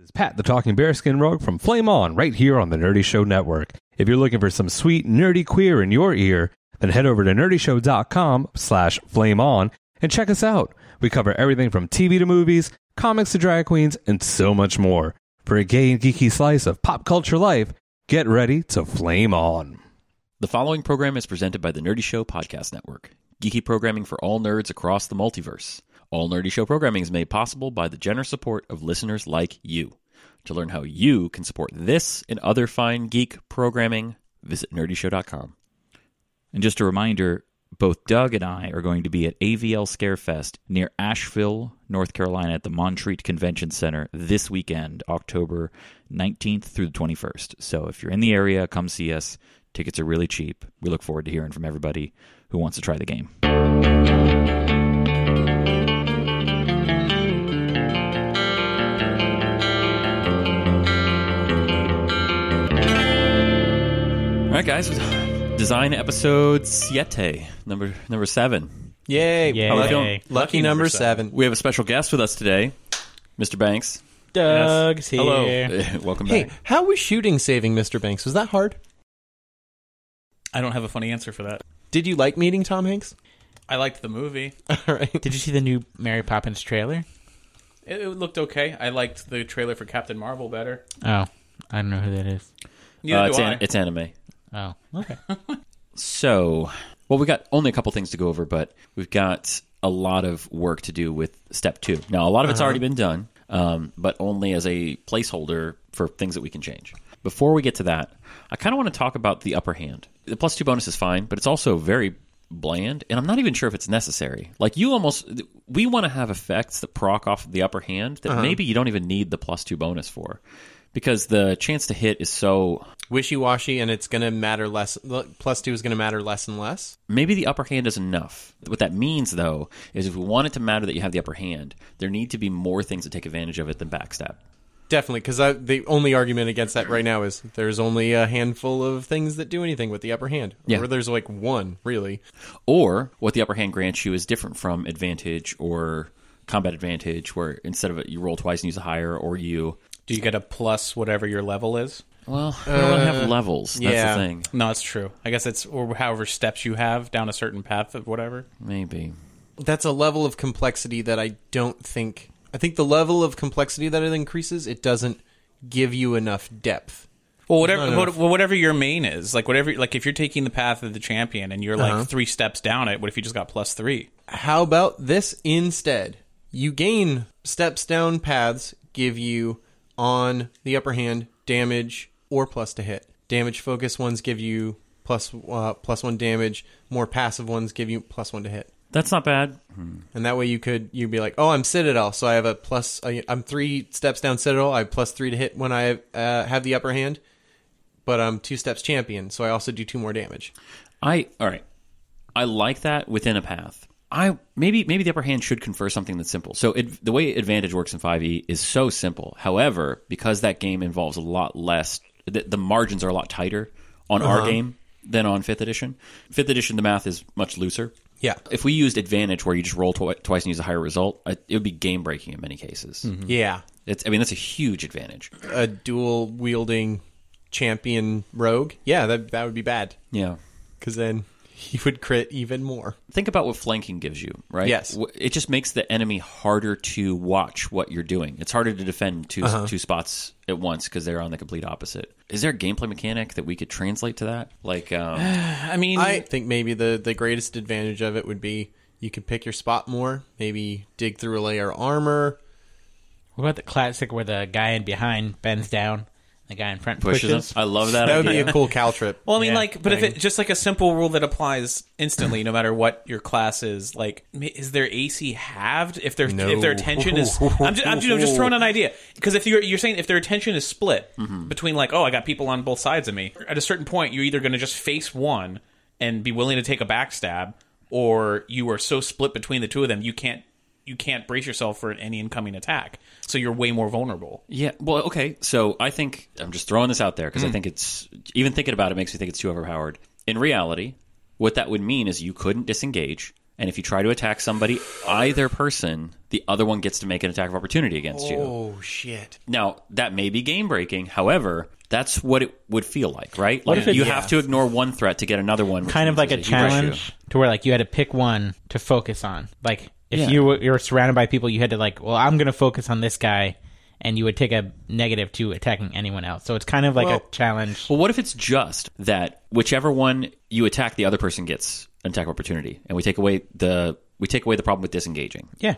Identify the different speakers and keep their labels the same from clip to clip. Speaker 1: is Pat the Talking Bearskin Rogue from Flame On right here on the Nerdy Show Network. If you're looking for some sweet nerdy queer in your ear, then head over to nerdyshow.com slash flame on and check us out. We cover everything from TV to movies, comics to drag queens, and so much more. For a gay and geeky slice of pop culture life, get ready to flame on.
Speaker 2: The following program is presented by the Nerdy Show Podcast Network, geeky programming for all nerds across the multiverse. All Nerdy Show programming is made possible by the generous support of listeners like you. To learn how you can support this and other fine geek programming, visit nerdyshow.com.
Speaker 3: And just a reminder, both Doug and I are going to be at AVL Scarefest near Asheville, North Carolina at the Montreat Convention Center this weekend, October 19th through the 21st. So if you're in the area, come see us. Tickets are really cheap. We look forward to hearing from everybody who wants to try the game.
Speaker 2: All right, guys, design episode siete, number number seven.
Speaker 4: Yay.
Speaker 5: Yay.
Speaker 4: How we
Speaker 5: Yay.
Speaker 4: doing?
Speaker 5: Lucky
Speaker 4: Lucky, number,
Speaker 2: number
Speaker 4: seven.
Speaker 2: We have a special guest with us today, Mr. Banks.
Speaker 5: Doug's here.
Speaker 2: Hello, welcome
Speaker 4: Hey,
Speaker 2: back.
Speaker 4: how was shooting Saving Mr. Banks? Was that hard?
Speaker 6: I don't have a funny answer for that.
Speaker 4: Did you like meeting Tom Hanks?
Speaker 6: I liked the movie.
Speaker 4: All right.
Speaker 5: Did you see the new Mary Poppins trailer?
Speaker 6: It, it looked okay. I liked the trailer for Captain Marvel better.
Speaker 5: Oh, I don't know who that is.
Speaker 6: Neither
Speaker 2: Uh,
Speaker 6: do
Speaker 2: it's,
Speaker 6: I.
Speaker 2: an- it's anime.
Speaker 5: Oh, okay.
Speaker 2: So, well, we got only a couple things to go over, but we've got a lot of work to do with step two. Now, a lot of it's already been done, um, but only as a placeholder for things that we can change. Before we get to that, I kind of want to talk about the upper hand. The plus two bonus is fine, but it's also very bland, and I'm not even sure if it's necessary. Like, you almost, we want to have effects that proc off of the upper hand that maybe you don't even need the plus two bonus for. Because the chance to hit is so
Speaker 4: Wishy washy, and it's going to matter less. Plus two is going to matter less and less.
Speaker 2: maybe the upper hand is enough. What that means, though, is if we want it to matter that you have the upper hand, there need to be more things that take advantage of it than backstab.
Speaker 4: Definitely, because the only argument against that right now is there's only a handful of things that do anything with the upper hand.
Speaker 2: Yeah.
Speaker 4: Or there's like one, really.
Speaker 2: Or what the upper hand grants you is different from advantage or combat advantage, where instead of it, you roll twice and use a higher, or you.
Speaker 6: do you get a plus whatever your level is?
Speaker 2: Well, I don't really have levels. That's
Speaker 4: yeah.
Speaker 2: the thing.
Speaker 6: No, it's true. I guess it's or however steps you have down a certain path of whatever.
Speaker 2: Maybe.
Speaker 4: That's a level of complexity that I don't think. I think the level of complexity that it increases, it doesn't give you enough depth.
Speaker 6: Well, whatever
Speaker 4: No, no.
Speaker 6: what- well, whatever your main is, like whatever, like if you're taking the path of the champion and you're
Speaker 4: Uh-huh.
Speaker 6: like three steps down it, what if you just got plus three?
Speaker 4: How about this instead? You gain steps down paths, give you on the upper hand damage or plus to hit. Damage focus ones give you plus uh, plus one damage. More passive ones give you plus one to hit.
Speaker 2: That's not bad.
Speaker 4: And that way you could you'd be like, oh, I'm Citadel, so I have a plus. I- I'm three steps down Citadel. I have plus three to hit when I uh, have the upper hand, but I'm two steps champion, so I also do two more damage.
Speaker 2: I all right. I like that within a path. I maybe maybe the upper hand should confer something that's simple. So it, the way advantage works in 5e is so simple. However, because that game involves a lot less, the, the margins are a lot tighter on our game than on fifth edition. Fifth edition, the math is much looser.
Speaker 4: Yeah.
Speaker 2: If we used advantage where you just roll twi- twice and use a higher result, I, it would be game breaking in many cases.
Speaker 4: Yeah,
Speaker 2: It's I mean that's a huge advantage.
Speaker 4: a dual wielding champion rogue. Yeah, that that would be bad
Speaker 2: Yeah.
Speaker 4: because then he would crit even more.
Speaker 2: think about what flanking gives you, right?
Speaker 4: Yes.
Speaker 2: W- It just makes the enemy harder to watch what you're doing. It's harder to defend 2
Speaker 4: Uh-huh.
Speaker 2: two spots at once because they're on the complete opposite. Is there a gameplay mechanic that we could translate to that? Like, um,
Speaker 6: I mean,
Speaker 4: I think maybe the the greatest advantage of it would be you could pick your spot more. Maybe dig through a layer of armor.
Speaker 5: What about the classic where the guy in behind bends down The guy in front
Speaker 2: Pushes,
Speaker 5: pushes.
Speaker 2: them. I love that.
Speaker 4: That would be
Speaker 2: idea.
Speaker 4: a cool caltrip.
Speaker 6: Well, I mean,
Speaker 5: Yeah,
Speaker 6: like, but if
Speaker 5: thing.
Speaker 6: it just like a simple rule that applies instantly, no matter what your class is, like, ma- is their AC halved if their
Speaker 4: No.
Speaker 6: if their attention is? I'm just, I'm, just, I'm just throwing an idea because if you're you're saying if their attention is split
Speaker 5: Mm-hmm.
Speaker 6: between like, oh, I got people on both sides of me. At a certain point, you're either going to just face one and be willing to take a backstab, or you are so split between the two of them you can't you can't brace yourself for any incoming attack. So you're way more vulnerable.
Speaker 2: Yeah. Well, okay. So I think I'm just throwing this out there
Speaker 5: Hmm.
Speaker 2: because I think it's even thinking about it makes me think it's too overpowered. In reality, what that would mean is you couldn't disengage, and if you try to attack somebody, either person, the other one gets to make an attack of opportunity against you.
Speaker 4: Oh shit!
Speaker 2: Now that may be game breaking. However, that's what it would feel like, right? Like
Speaker 5: if it-
Speaker 2: you have to ignore one threat to get another one. which
Speaker 5: kind of
Speaker 2: means
Speaker 5: like a
Speaker 2: there's huge issue.
Speaker 5: challenge to where like you had to pick one to focus on. Like if you were, you were surrounded by people, you had to like, well, I'm going to focus on this guy, and you would take a negative to attacking anyone else. So it's kind of like
Speaker 4: Well-
Speaker 5: a challenge.
Speaker 2: Well, what if it's just that whichever one you attack, the other person gets an attack of opportunity, and we take away the we take away the problem with disengaging.
Speaker 5: Yeah,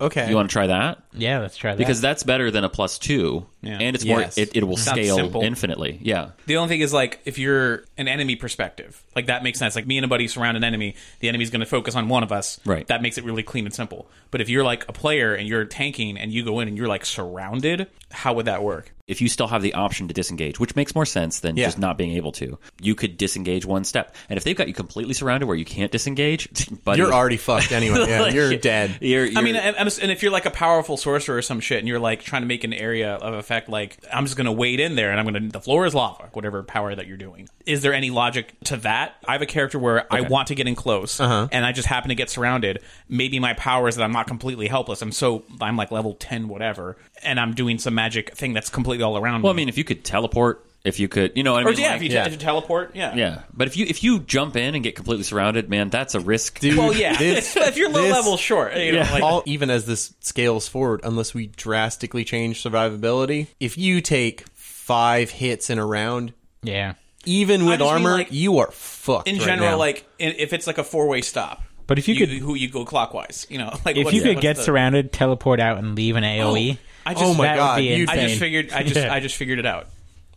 Speaker 4: Okay.
Speaker 2: You want to try that?
Speaker 5: yeah. Let's try that.
Speaker 2: Because that's better than a plus two, and it's more.
Speaker 4: Yes.
Speaker 2: It, it will
Speaker 6: Sounds
Speaker 2: scale
Speaker 6: simple.
Speaker 2: infinitely. Yeah,
Speaker 6: The only thing is like if you're an enemy perspective, like that makes sense. Like me and a buddy surround an enemy, the enemy's going to focus on one of us.
Speaker 2: Right.
Speaker 6: That makes it really clean and simple. But if you're like a player and you're tanking and you go in and you're like surrounded, how would that work?
Speaker 2: if you still have the option to disengage, which makes more sense than
Speaker 4: Yeah.
Speaker 2: just not being able to, you could disengage one step. And if they've got you completely surrounded where you can't disengage, buddy,
Speaker 4: You're already fucked anyway. Yeah,
Speaker 2: Like,
Speaker 4: you're dead.
Speaker 2: You're,
Speaker 6: I mean, uh,
Speaker 2: you're-
Speaker 6: and, and and if you're like a powerful sorcerer or some shit, and you're like trying to make an area of effect, like I'm just going to wade in there, and I'm going to the floor is lava, whatever power that you're doing. Is there any logic to that? I have a character where I want to get in close,
Speaker 2: Uh-huh.
Speaker 6: and I just happen to get surrounded. Maybe my power is that I'm not completely helpless. I'm so I'm like level ten, whatever, and I'm doing some magic thing that's completely all around.
Speaker 2: well, I
Speaker 6: me.
Speaker 2: mean, if you could teleport, if you could, you know, what I
Speaker 6: or
Speaker 2: mean,
Speaker 6: yeah,
Speaker 2: Like-
Speaker 6: if you
Speaker 4: yeah.
Speaker 6: had to teleport, yeah,
Speaker 2: Yeah, but if you if you jump in and get completely surrounded, man, that's a risk.
Speaker 4: Dude,
Speaker 6: Well, yeah.
Speaker 4: this-
Speaker 6: if you're low
Speaker 4: this-
Speaker 6: level, short, you know, like,
Speaker 4: all, even as this scales forward, unless we drastically change survivability, if you take five hits in a round,
Speaker 5: yeah.
Speaker 4: even with
Speaker 6: just mean,
Speaker 4: armor,
Speaker 6: like,
Speaker 4: you are fucked.
Speaker 6: in
Speaker 4: right
Speaker 6: general,
Speaker 4: now.
Speaker 6: like in, if it's like a four way stop.
Speaker 5: But if you could-
Speaker 6: who you go clockwise, you know, like
Speaker 5: If
Speaker 6: what's
Speaker 5: you
Speaker 6: the-
Speaker 5: could
Speaker 6: what's
Speaker 5: get
Speaker 6: the-
Speaker 5: surrounded, teleport out, and leave an AOE.
Speaker 6: I just,
Speaker 4: oh my
Speaker 5: that would
Speaker 4: god,
Speaker 5: be
Speaker 4: you
Speaker 6: I
Speaker 5: insane.
Speaker 6: just figured, I just,
Speaker 5: Yeah.
Speaker 6: I just figured it out.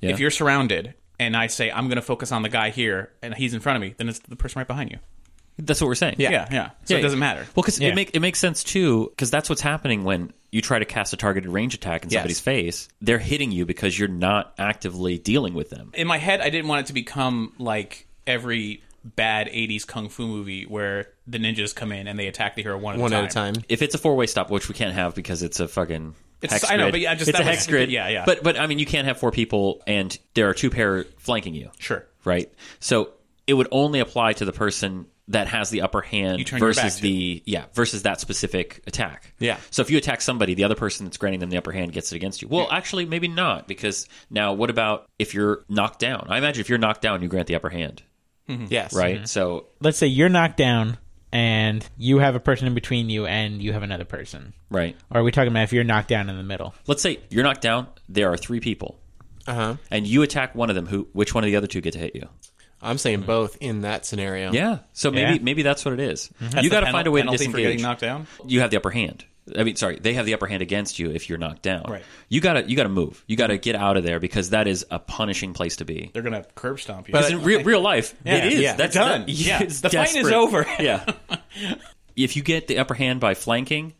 Speaker 2: Yeah.
Speaker 6: If you're surrounded and I say I'm going to focus on the guy here and he's in front of me, then it's the person right behind you.
Speaker 2: That's what we're saying.
Speaker 6: Yeah, yeah. So it doesn't matter.
Speaker 2: Well, because
Speaker 5: Yeah.
Speaker 2: it make it makes sense too. Because that's what's happening when you try to cast a targeted range attack in
Speaker 6: Yes.
Speaker 2: somebody's face. They're hitting you because you're not actively dealing with them.
Speaker 6: in my head, I didn't want it to become like every bad '80s kung fu movie where the ninjas come in and they attack the hero one,
Speaker 4: one at a time.
Speaker 2: If it's a four way stop, which we can't have because it's a fucking.
Speaker 6: It's-
Speaker 2: hex
Speaker 6: I know,
Speaker 2: grid,
Speaker 6: but yeah, just
Speaker 2: it's a
Speaker 6: that was-
Speaker 2: hex grid.
Speaker 6: yeah, yeah.
Speaker 2: But but I mean, you can't have four people and there are two pair flanking you.
Speaker 6: Sure.
Speaker 2: right? So it would only apply to the person that has the upper hand
Speaker 6: You turn your back
Speaker 2: versus
Speaker 6: to.
Speaker 2: the yeah versus that specific attack.
Speaker 4: Yeah.
Speaker 2: So if you attack somebody, the other person that's granting them the upper hand gets it against you. Well, actually, maybe not because now what about if you're knocked down? I imagine if you're knocked down, you grant the upper hand,
Speaker 6: Hmm.
Speaker 4: Yes,
Speaker 2: right?
Speaker 6: Mm-hmm.
Speaker 2: So
Speaker 5: Let's say you're knocked down, and you have a person in between you, and you have another person.
Speaker 2: right.
Speaker 5: Or are we talking about if you're knocked down in the middle?
Speaker 2: Let's say you're knocked down. There are three people,
Speaker 4: Uh huh.
Speaker 2: and you attack one of them. Who? Which one of the other two get to hit you?
Speaker 4: I'm saying both in that scenario.
Speaker 2: Yeah. So maybe
Speaker 5: Yeah.
Speaker 2: maybe that's what it is.
Speaker 6: Oh. Mm-hmm. That's
Speaker 2: You
Speaker 6: the
Speaker 2: got to
Speaker 6: penal-
Speaker 2: find a way to
Speaker 6: penalty for
Speaker 2: disengage.
Speaker 6: getting knocked down?
Speaker 2: You have the upper hand. I mean, sorry, they have the upper hand against you if you're knocked down.
Speaker 6: Right.
Speaker 2: You gotta you gotta move. You gotta get out of there because that is a punishing place to be.
Speaker 6: They're going to curb stomp you.
Speaker 2: Because in real, real life, it is.
Speaker 4: yeah.
Speaker 2: That's
Speaker 6: You're done.
Speaker 2: that-
Speaker 6: Yeah.
Speaker 2: it's
Speaker 6: The fight is
Speaker 2: desperate.
Speaker 6: over.
Speaker 2: yeah. If you get the upper hand by flanking,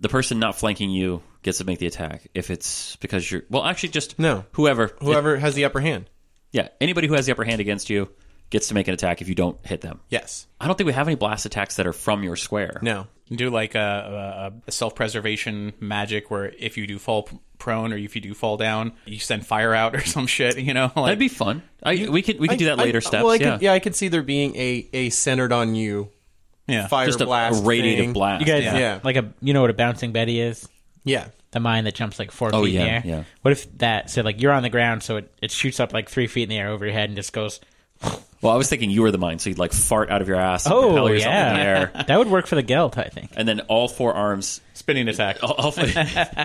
Speaker 2: the person not flanking you gets to make the attack. If it's because you're well, actually, just
Speaker 4: No.
Speaker 2: whoever,
Speaker 4: Whoever has the upper hand.
Speaker 2: yeah, anybody who has the upper hand against you gets to make an attack if you don't hit them.
Speaker 4: Yes.
Speaker 2: I don't think we have any blast attacks that are from your square.
Speaker 4: No.
Speaker 6: do like a, a, a self-preservation magic where if you do fall p- prone or if you do fall down, you send fire out or some shit. You know, like
Speaker 2: That'd be fun. I, we could we could do that
Speaker 4: I-
Speaker 2: later
Speaker 4: I,
Speaker 2: steps.
Speaker 4: Well, I
Speaker 2: yeah.
Speaker 4: Could, yeah, I could see there being a a centered on you
Speaker 6: yeah.
Speaker 4: fire
Speaker 2: Just a, a
Speaker 4: blast,
Speaker 2: radiative
Speaker 4: thing.
Speaker 2: blast.
Speaker 5: You guys,
Speaker 4: Yeah. Yeah.
Speaker 5: like a you know what a bouncing Betty is?
Speaker 4: Yeah.
Speaker 5: the mine that jumps like four
Speaker 2: Oh,
Speaker 5: feet in the
Speaker 2: yeah,
Speaker 5: air.
Speaker 2: yeah.
Speaker 5: What if that? So like you're on the ground, so it, it shoots up like three feet in the air over your head and just goes.
Speaker 2: Well, I was thinking you were the mine, so you'd like fart out of your ass. And
Speaker 5: Oh
Speaker 2: propel yourself in the
Speaker 5: yeah,
Speaker 2: air.
Speaker 5: that would work for the Gelt, I think.
Speaker 2: And then all four arms,
Speaker 6: spinning attack.
Speaker 2: all, all,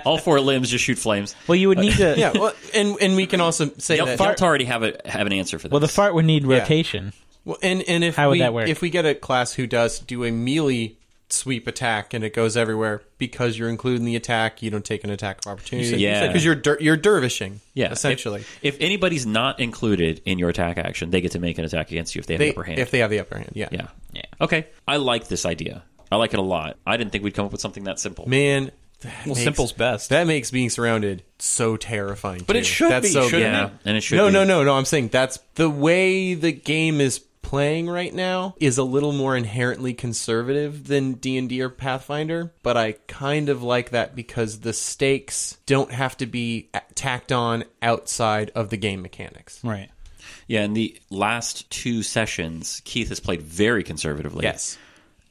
Speaker 2: all four limbs just shoot flames.
Speaker 5: Well, you would need to.
Speaker 4: Yeah. Well, and and we can also say
Speaker 2: Yep,
Speaker 4: that
Speaker 2: fart already have a have an answer for this.
Speaker 5: Well, the fart would need rotation.
Speaker 4: Well, and and if
Speaker 5: How would
Speaker 4: we,
Speaker 5: that work?
Speaker 4: If we get a class who does do a melee sweep attack and it goes everywhere because you're including the attack. You don't take an attack of opportunity.
Speaker 3: you said-
Speaker 4: because you're der- you're dervishing.
Speaker 2: Yeah, if-
Speaker 4: essentially.
Speaker 2: If, anybody's not included in your attack action, they get to make an attack against you if they have the
Speaker 4: they,
Speaker 2: upper hand.
Speaker 4: if they have the upper hand, yeah.
Speaker 2: yeah.
Speaker 5: Yeah.
Speaker 2: Okay. I like this idea. I like it a lot. I didn't think we'd come up with something that simple.
Speaker 4: Man, that
Speaker 6: Well,
Speaker 4: makes-
Speaker 6: simple's best.
Speaker 4: That makes being surrounded so terrifying.
Speaker 6: But
Speaker 4: too.
Speaker 6: it should
Speaker 4: that's
Speaker 6: be,
Speaker 4: so good.
Speaker 6: shouldn't
Speaker 2: yeah, and it should.
Speaker 4: no,
Speaker 2: be.
Speaker 4: no, no, no. I'm saying that's the way the game is playing right now is a little more inherently conservative than D&D or Pathfinder, but I kind of like that because the stakes don't have to be a- tacked on outside of the game mechanics.
Speaker 5: Right.
Speaker 2: Yeah, in the last two sessions, Keith has played very conservatively.
Speaker 4: Yes.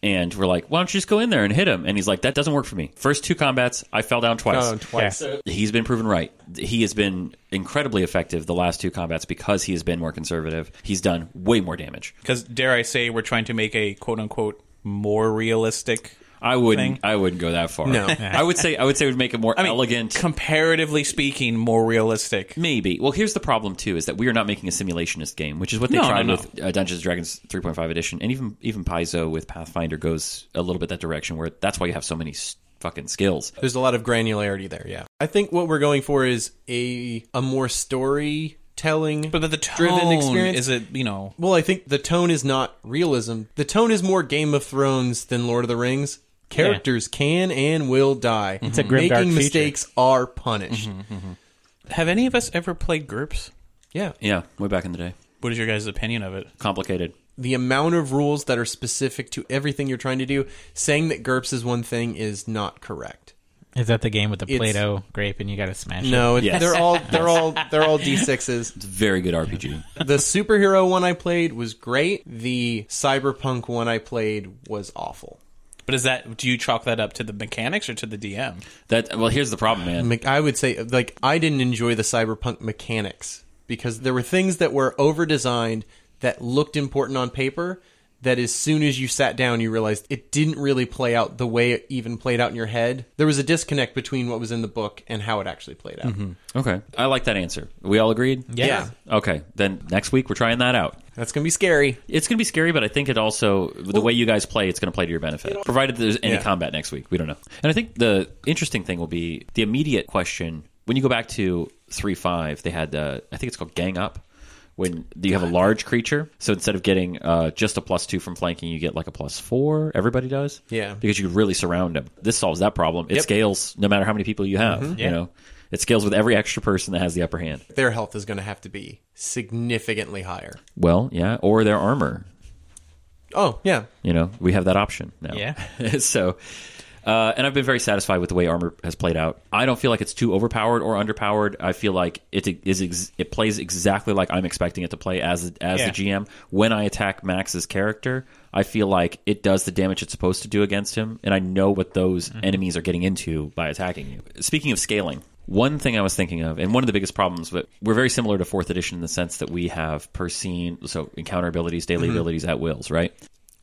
Speaker 2: And we're like, why don't you just go in there and hit him? And he's like, that doesn't work for me. First two combats, I fell down twice.
Speaker 4: Oh, twice.
Speaker 2: He's been proven right. He has been incredibly effective the last two combats because he has been more conservative. He's done way more damage.
Speaker 6: Because dare I say, we're trying to make a quote unquote more realistic.
Speaker 2: I wouldn't.
Speaker 6: Thing.
Speaker 2: I wouldn't go that far.
Speaker 4: No.
Speaker 2: I would say. I would say it would make it more
Speaker 6: I mean,
Speaker 2: elegant.
Speaker 6: comparatively speaking, more realistic.
Speaker 2: Maybe. Well, here's the problem too: is that we are not making a simulationist game, which is what they
Speaker 6: No,
Speaker 2: tried
Speaker 6: no, no.
Speaker 2: with uh, Dungeons and Dragons 3.5 edition, and even even Paizo with Pathfinder goes a little bit that direction. Where that's why you have so many s- fucking skills.
Speaker 4: There's a lot of granularity there, yeah. I think what we're going for is a a more storytelling
Speaker 6: But the, the
Speaker 4: driven
Speaker 6: tone
Speaker 4: experience.
Speaker 6: is it, you know,
Speaker 4: Well, I think the tone is not realism. The tone is more Game of Thrones than Lord of the Rings. Characters can and will die. It's
Speaker 5: a grim,
Speaker 4: Making
Speaker 5: dark feature.
Speaker 4: mistakes are punished.
Speaker 6: have any of us ever played GURPS?
Speaker 4: Yeah.
Speaker 2: Yeah, way back in the day,
Speaker 6: What is your guys' opinion of it?
Speaker 2: complicated.
Speaker 4: The amount of rules that are specific to everything you're trying to do, saying that GURPS is one thing is not correct.
Speaker 5: Is that the game with the
Speaker 4: It's-
Speaker 5: Play-Doh grape and you got to smash it?
Speaker 4: No, it's,
Speaker 2: Yes.
Speaker 4: they're all they're all they're all d6s.
Speaker 2: It's a very good RPG.
Speaker 4: The superhero one I played was great. The cyberpunk one I played was awful.
Speaker 6: But is that do you chalk that up to the mechanics or to the DM?
Speaker 2: That well, here's the problem, man.
Speaker 4: Me- I would say like I didn't enjoy the cyberpunk mechanics because there were things that were over designed that looked important on paper that as soon as you sat down you realized it didn't really play out the way it even played out in your head. There was a disconnect between what was in the book and how it actually played out.
Speaker 2: Okay, I like that answer. We all agreed.
Speaker 4: Yeah.
Speaker 2: Okay, then next week we're trying that out.
Speaker 4: That's going to be scary.
Speaker 2: It's going to be scary, but I think it also the way you guys play, it's going to play to your benefit. Provided there's any
Speaker 4: Yeah.
Speaker 2: combat next week, we don't know. And I think the interesting thing will be the immediate question when you go back to three five. They had uh, I think it's called gang up. When you have a large creature, so instead of getting uh, just a plus two from flanking, you get like a plus four. Everybody does,
Speaker 4: Yeah.
Speaker 2: because you could really surround them. This solves that problem. It scales no matter how many people you have.
Speaker 4: Mm-hmm.
Speaker 2: You know, it scales with every extra person that has the upper hand.
Speaker 4: Their health is going to have to be significantly higher.
Speaker 2: Well, yeah, or their armor.
Speaker 4: Oh, yeah.
Speaker 2: You know, we have that option now.
Speaker 5: Yeah.
Speaker 2: so, uh, and I've been very satisfied with the way armor has played out. I don't feel like it's too overpowered or underpowered. I feel like it is ex- it plays exactly like I'm expecting it to play as as
Speaker 5: Yeah.
Speaker 2: the GM. When I attack Max's character, I feel like it does the damage it's supposed to do against him, and I know what those
Speaker 5: Mm-hmm.
Speaker 2: enemies are getting into by attacking you. Speaking of scaling. One thing I was thinking of, and one of the biggest problems, but we're very similar to fourth edition in the sense that we have per scene, so encounter abilities, daily
Speaker 5: Mm-hmm.
Speaker 2: abilities at wills, right?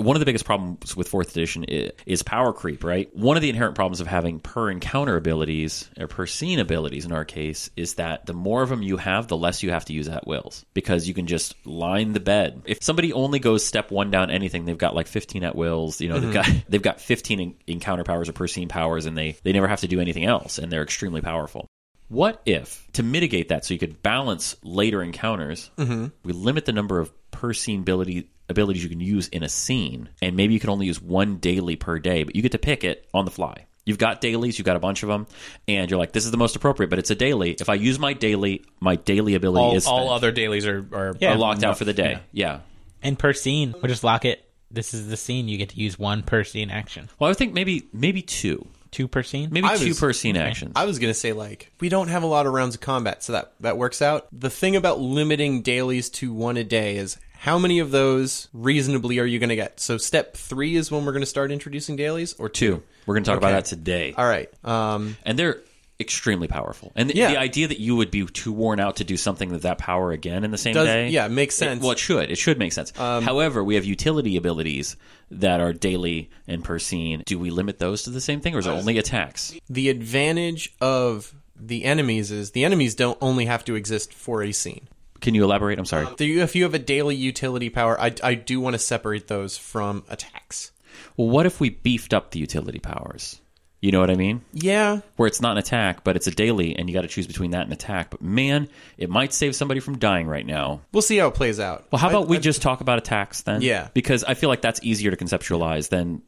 Speaker 2: one of the biggest problems with fourth edition is, is power creep, right? One of the inherent problems of having per encounter abilities or per scene abilities in our case is that the more of them you have, the less you have to use at wills because you can just line the bed. If somebody only goes step one down anything, they've got like 15 at wills, you know, they've got they've got 15 en- encounter powers or per scene powers and they they never have to do anything else and they're extremely powerful. What if, to mitigate that so you could balance later encounters,
Speaker 4: Mm-hmm.
Speaker 2: we limit the number of per scene ability, abilities you can use in a scene, and maybe you can only use one daily per day, but you get to pick it on the fly. You've got dailies, you've got a bunch of them, and you're like, this is the most appropriate, but it's a daily. If I use my daily, my daily ability
Speaker 6: All,
Speaker 2: is
Speaker 6: all
Speaker 2: spent.
Speaker 6: other dailies are, are
Speaker 2: Are
Speaker 5: Yeah.
Speaker 2: locked out for the day. Yeah.
Speaker 5: And per scene, we'll just lock it. This is the scene. You get to use one per scene action.
Speaker 2: Well, I would think maybe maybe two,
Speaker 5: Two per scene?
Speaker 2: maybe
Speaker 4: I
Speaker 2: two
Speaker 4: was-
Speaker 2: per scene actions.
Speaker 4: I was going to say like we don't have a lot of rounds of combat, so that that works out. The thing about limiting dailies to one a day is how many of those reasonably are you going to get? So step 3 is when we're going to start introducing dailies or
Speaker 2: two. We're going to talk about
Speaker 4: Okay.
Speaker 2: that today.
Speaker 4: All right. Um
Speaker 2: and they're extremely powerful. And the,
Speaker 4: Yeah.
Speaker 2: the idea that you would be too worn out to do something with that power again in the same
Speaker 4: Does-
Speaker 2: day,
Speaker 4: yeah, makes sense. Um,
Speaker 2: It, well, it should. It should make sense. However, we have utility abilities that are daily and per scene. Do we limit those to the same thing, or is
Speaker 4: Uh,
Speaker 2: it only attacks?
Speaker 4: the advantage of the enemies is the enemies don't only have to exist for a scene.
Speaker 2: Can you elaborate?
Speaker 4: um,
Speaker 2: I'm sorry.
Speaker 4: Do you- If you have a daily utility power, I, I do want to separate those from attacks.
Speaker 2: Well, what if we beefed up the utility powers? You know what I mean?
Speaker 4: Yeah.
Speaker 2: Where it's not an attack, but it's a daily, and you got to choose between that and attack. But man, it might save somebody from dying right now.
Speaker 4: We'll see how it plays out.
Speaker 2: Well, how
Speaker 4: I-
Speaker 2: about we
Speaker 4: I-
Speaker 2: just talk about attacks then?
Speaker 4: Yeah.
Speaker 2: Because I feel like that's easier to conceptualize than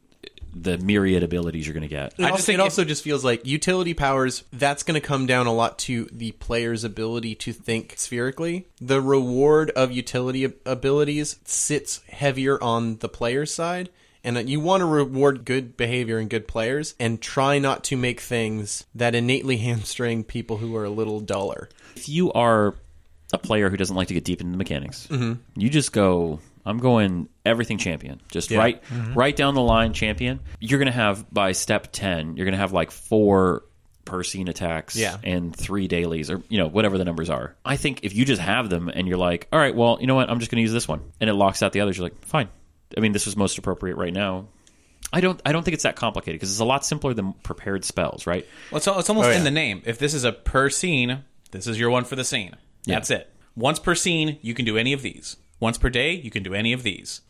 Speaker 2: the myriad abilities you're going to get.
Speaker 4: It,
Speaker 6: I just
Speaker 4: also,
Speaker 6: think
Speaker 4: it
Speaker 6: if-
Speaker 4: also just feels like utility powers. That's going to come down a lot to the player's ability to think spherically. The reward of utility ab- abilities sits heavier on the player's side, and that you want to reward good behavior and good players, and try not to make things that innately hamstring people who are a little duller.
Speaker 2: If you are a player who doesn't like to get deep into the mechanics, you just go. I'm going everything champion. Just right, right down the line champion. You're going to have by step ten. You're going to have like four per scene attacks
Speaker 4: Yeah.
Speaker 2: and three dailies or you know whatever the numbers are. I think if you just have them and you're like, all right, well, you know what? I'm just going to use this one, and it locks out the others. You're like, fine. I mean, this was most appropriate right now. I don't. I don't think it's that complicated because it's a lot simpler than prepared spells, right?
Speaker 6: Well, it's, al- it's almost
Speaker 4: Oh, yeah.
Speaker 6: in the name. If this is a per scene, this is your one for the scene. That's it. Once per scene, you can do any of these. Once per day, you can do any of these.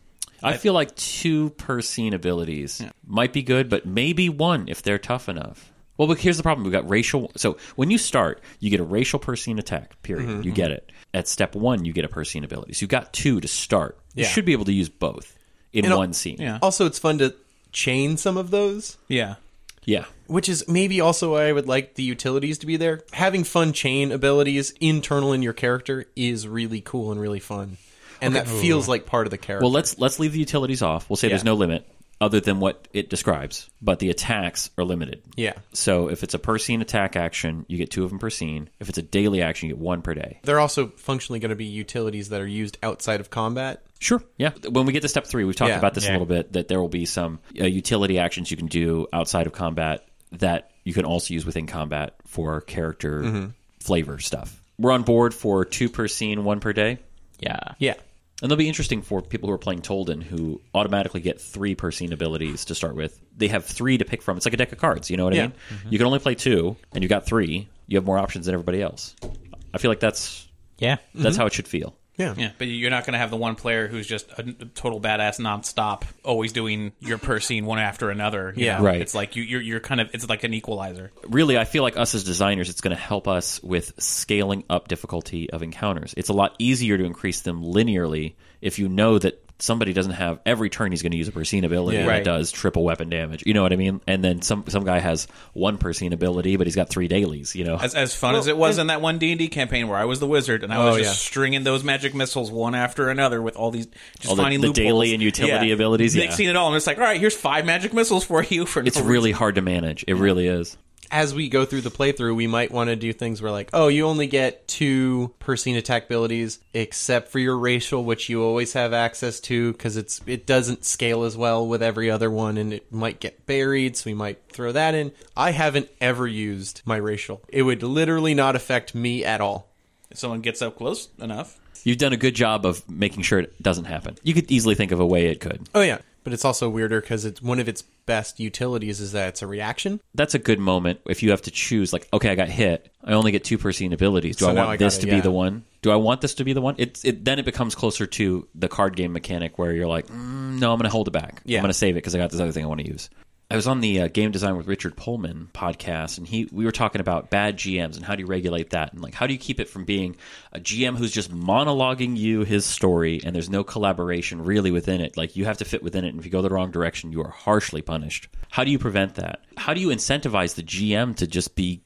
Speaker 2: I feel like two per scene abilities might be good, but maybe one if they're tough enough. Well, but here's the problem: we've got racial. So when you start, you get a racial per scene attack. Period.
Speaker 4: Mm-hmm.
Speaker 2: You get it at step one. You get a per scene ability. So you've got two to start. You
Speaker 4: Yeah.
Speaker 2: should be able to use both in
Speaker 4: And al-
Speaker 2: one scene.
Speaker 6: Yeah.
Speaker 4: Also, it's fun to chain some of those.
Speaker 6: Yeah.
Speaker 2: yeah.
Speaker 4: which is maybe also why I would like the utilities to be there. Having fun chain abilities internal in your character is really cool and really fun, and that feels like part of the character.
Speaker 2: Well, let's let's leave the utilities off. We'll say there's no limit other than what it describes, but the attacks are limited.
Speaker 4: Yeah.
Speaker 2: So if it's a per scene attack action, you get two of them per scene. If it's a daily action, you get one per day.
Speaker 4: They're also functionally going to be utilities that are used outside of combat.
Speaker 2: Sure. Yeah. When we get to step three, we've talked
Speaker 4: Yeah.
Speaker 2: about this a
Speaker 5: Yeah.
Speaker 2: little bit that there will be some uh, utility actions you can do outside of combat that you can also use within combat for character flavor stuff. We're on board for two per scene, one per day.
Speaker 3: Yeah.
Speaker 4: Yeah.
Speaker 2: And they'll be interesting for people who are playing Tolden who automatically get three per scene abilities to start with. They have three to pick from. It's like a deck of cards. You know what I
Speaker 4: Yeah.
Speaker 2: mean? You can only play two, and you got three. You have more options than everybody else. I feel like that's
Speaker 5: Yeah.
Speaker 2: that's how it should feel.
Speaker 4: Yeah.
Speaker 6: Yeah. But you're not going to have the one player who's just a n- total badass nonstop, always doing your per scene one after another. you
Speaker 4: Yeah.
Speaker 6: know?
Speaker 2: Right.
Speaker 6: It's like you, you're, you're kind of, it's like an equalizer.
Speaker 2: really, I feel like us as designers, it's going to help us with scaling up difficulty of encounters. It's a lot easier to increase them linearly if you know that somebody doesn't have every turn he's going to use a Perseen ability
Speaker 4: Yeah.
Speaker 2: that
Speaker 4: Right.
Speaker 2: does triple weapon damage. You know what I mean? And then some some guy has one Perseen ability, but he's got three dailies. You know,
Speaker 6: As, as fun as it was in that one D&D campaign where I was the wizard and I was
Speaker 4: Oh,
Speaker 6: just
Speaker 4: yeah.
Speaker 6: stringing those magic missiles one after another with all these, just
Speaker 2: All the-
Speaker 6: finding
Speaker 2: the
Speaker 6: loopholes.
Speaker 2: daily and utility abilities, yeah.
Speaker 6: Mixing it all. I'm just like, all right, here's five magic missiles for you. For
Speaker 2: it's
Speaker 6: no
Speaker 2: really hard to manage. It really is.
Speaker 4: As we go through the playthrough, we might want to do things where like, oh, you only get two per scene attack abilities, except for your racial, which you always have access to because it's it doesn't scale as well with every other one, and it might get buried. So we might throw that in. I haven't ever used my racial. It would literally not affect me at all.
Speaker 6: If someone gets up close enough.
Speaker 2: You've done a good job of making sure it doesn't happen. You could easily think of a way it could.
Speaker 4: Oh yeah, but it's also weirder because it's one of its best utilities is that it's a reaction.
Speaker 2: that's a good moment if you have to choose like okay i got hit i only get two per scene abilities do
Speaker 4: So
Speaker 2: i
Speaker 4: now
Speaker 2: want
Speaker 4: I
Speaker 2: this
Speaker 4: gotta-
Speaker 2: to be
Speaker 4: yeah.
Speaker 2: the one do i want this to be the one it's it then it becomes closer to the card game mechanic where you're like mm, no i'm gonna hold it back
Speaker 4: Yeah.
Speaker 2: i'm gonna save it because i got this other thing i want to use i was on the uh, game design with richard pullman podcast and he we were talking about bad gms and how do you regulate that and like how do you keep it from being a gm who's just monologuing you his story and there's no collaboration really within it like you have to fit within it and if you go the wrong direction you are harshly punished how do you prevent that how do you incentivize the gm to just be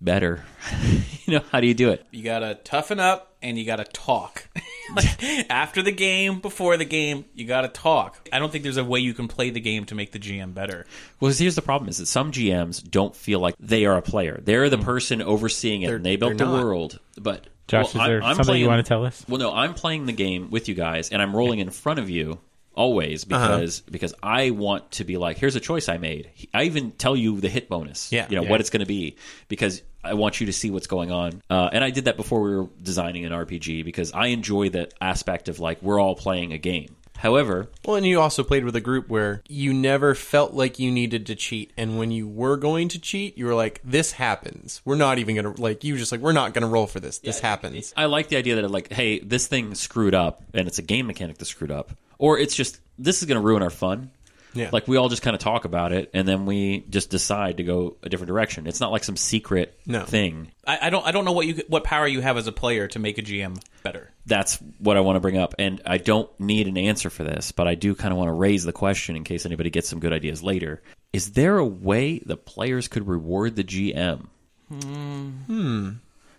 Speaker 2: better you know how do you do it
Speaker 6: You gotta toughen up and you gotta talk. Like, after the game, before the game, you gotta talk. I don't think there's a way you can play the game to make the GM better.
Speaker 2: Well, 'cause here's the problem: is that some GMs don't feel like they are a player. They're the person overseeing it, and they built the
Speaker 4: Mm. they're not.
Speaker 2: world. But
Speaker 5: Josh,
Speaker 2: well,
Speaker 5: is there something you wanna tell us?
Speaker 2: Well, no, I'm playing the game with you guys, and I'm rolling in front of you always
Speaker 4: Uh-huh.
Speaker 2: because because I want to be like, here's a choice I made. I even tell you the hit bonus.
Speaker 4: Yeah.
Speaker 2: you know
Speaker 4: Yeah.
Speaker 2: what it's going to be because I want you to see what's going on. Uh, and I did that before we were designing an RPG because I enjoy that aspect of like we're all playing a game. However,
Speaker 4: Well, and you also played with a group where you never felt like you needed to cheat, and when you were going to cheat, you were like, "This happens. We're not even gonna like." You were just like, "We're not gonna roll for this. This happens."
Speaker 2: I like the idea that like, hey, this thing screwed up, and it's a game mechanic that screwed up, or it's just this is going to ruin our fun.
Speaker 4: Yeah.
Speaker 2: Like we all just kind of talk about it and then we just decide to go a different direction. It's not like some secret
Speaker 4: No.
Speaker 2: thing.
Speaker 6: I, I don't I don't know what you what power you have as a player to make a GM better.
Speaker 2: That's what I want to bring up. And I don't need an answer for this, but I do kind of want to raise the question in case anybody gets some good ideas later. Is there a way the players could reward the GM? Hmm.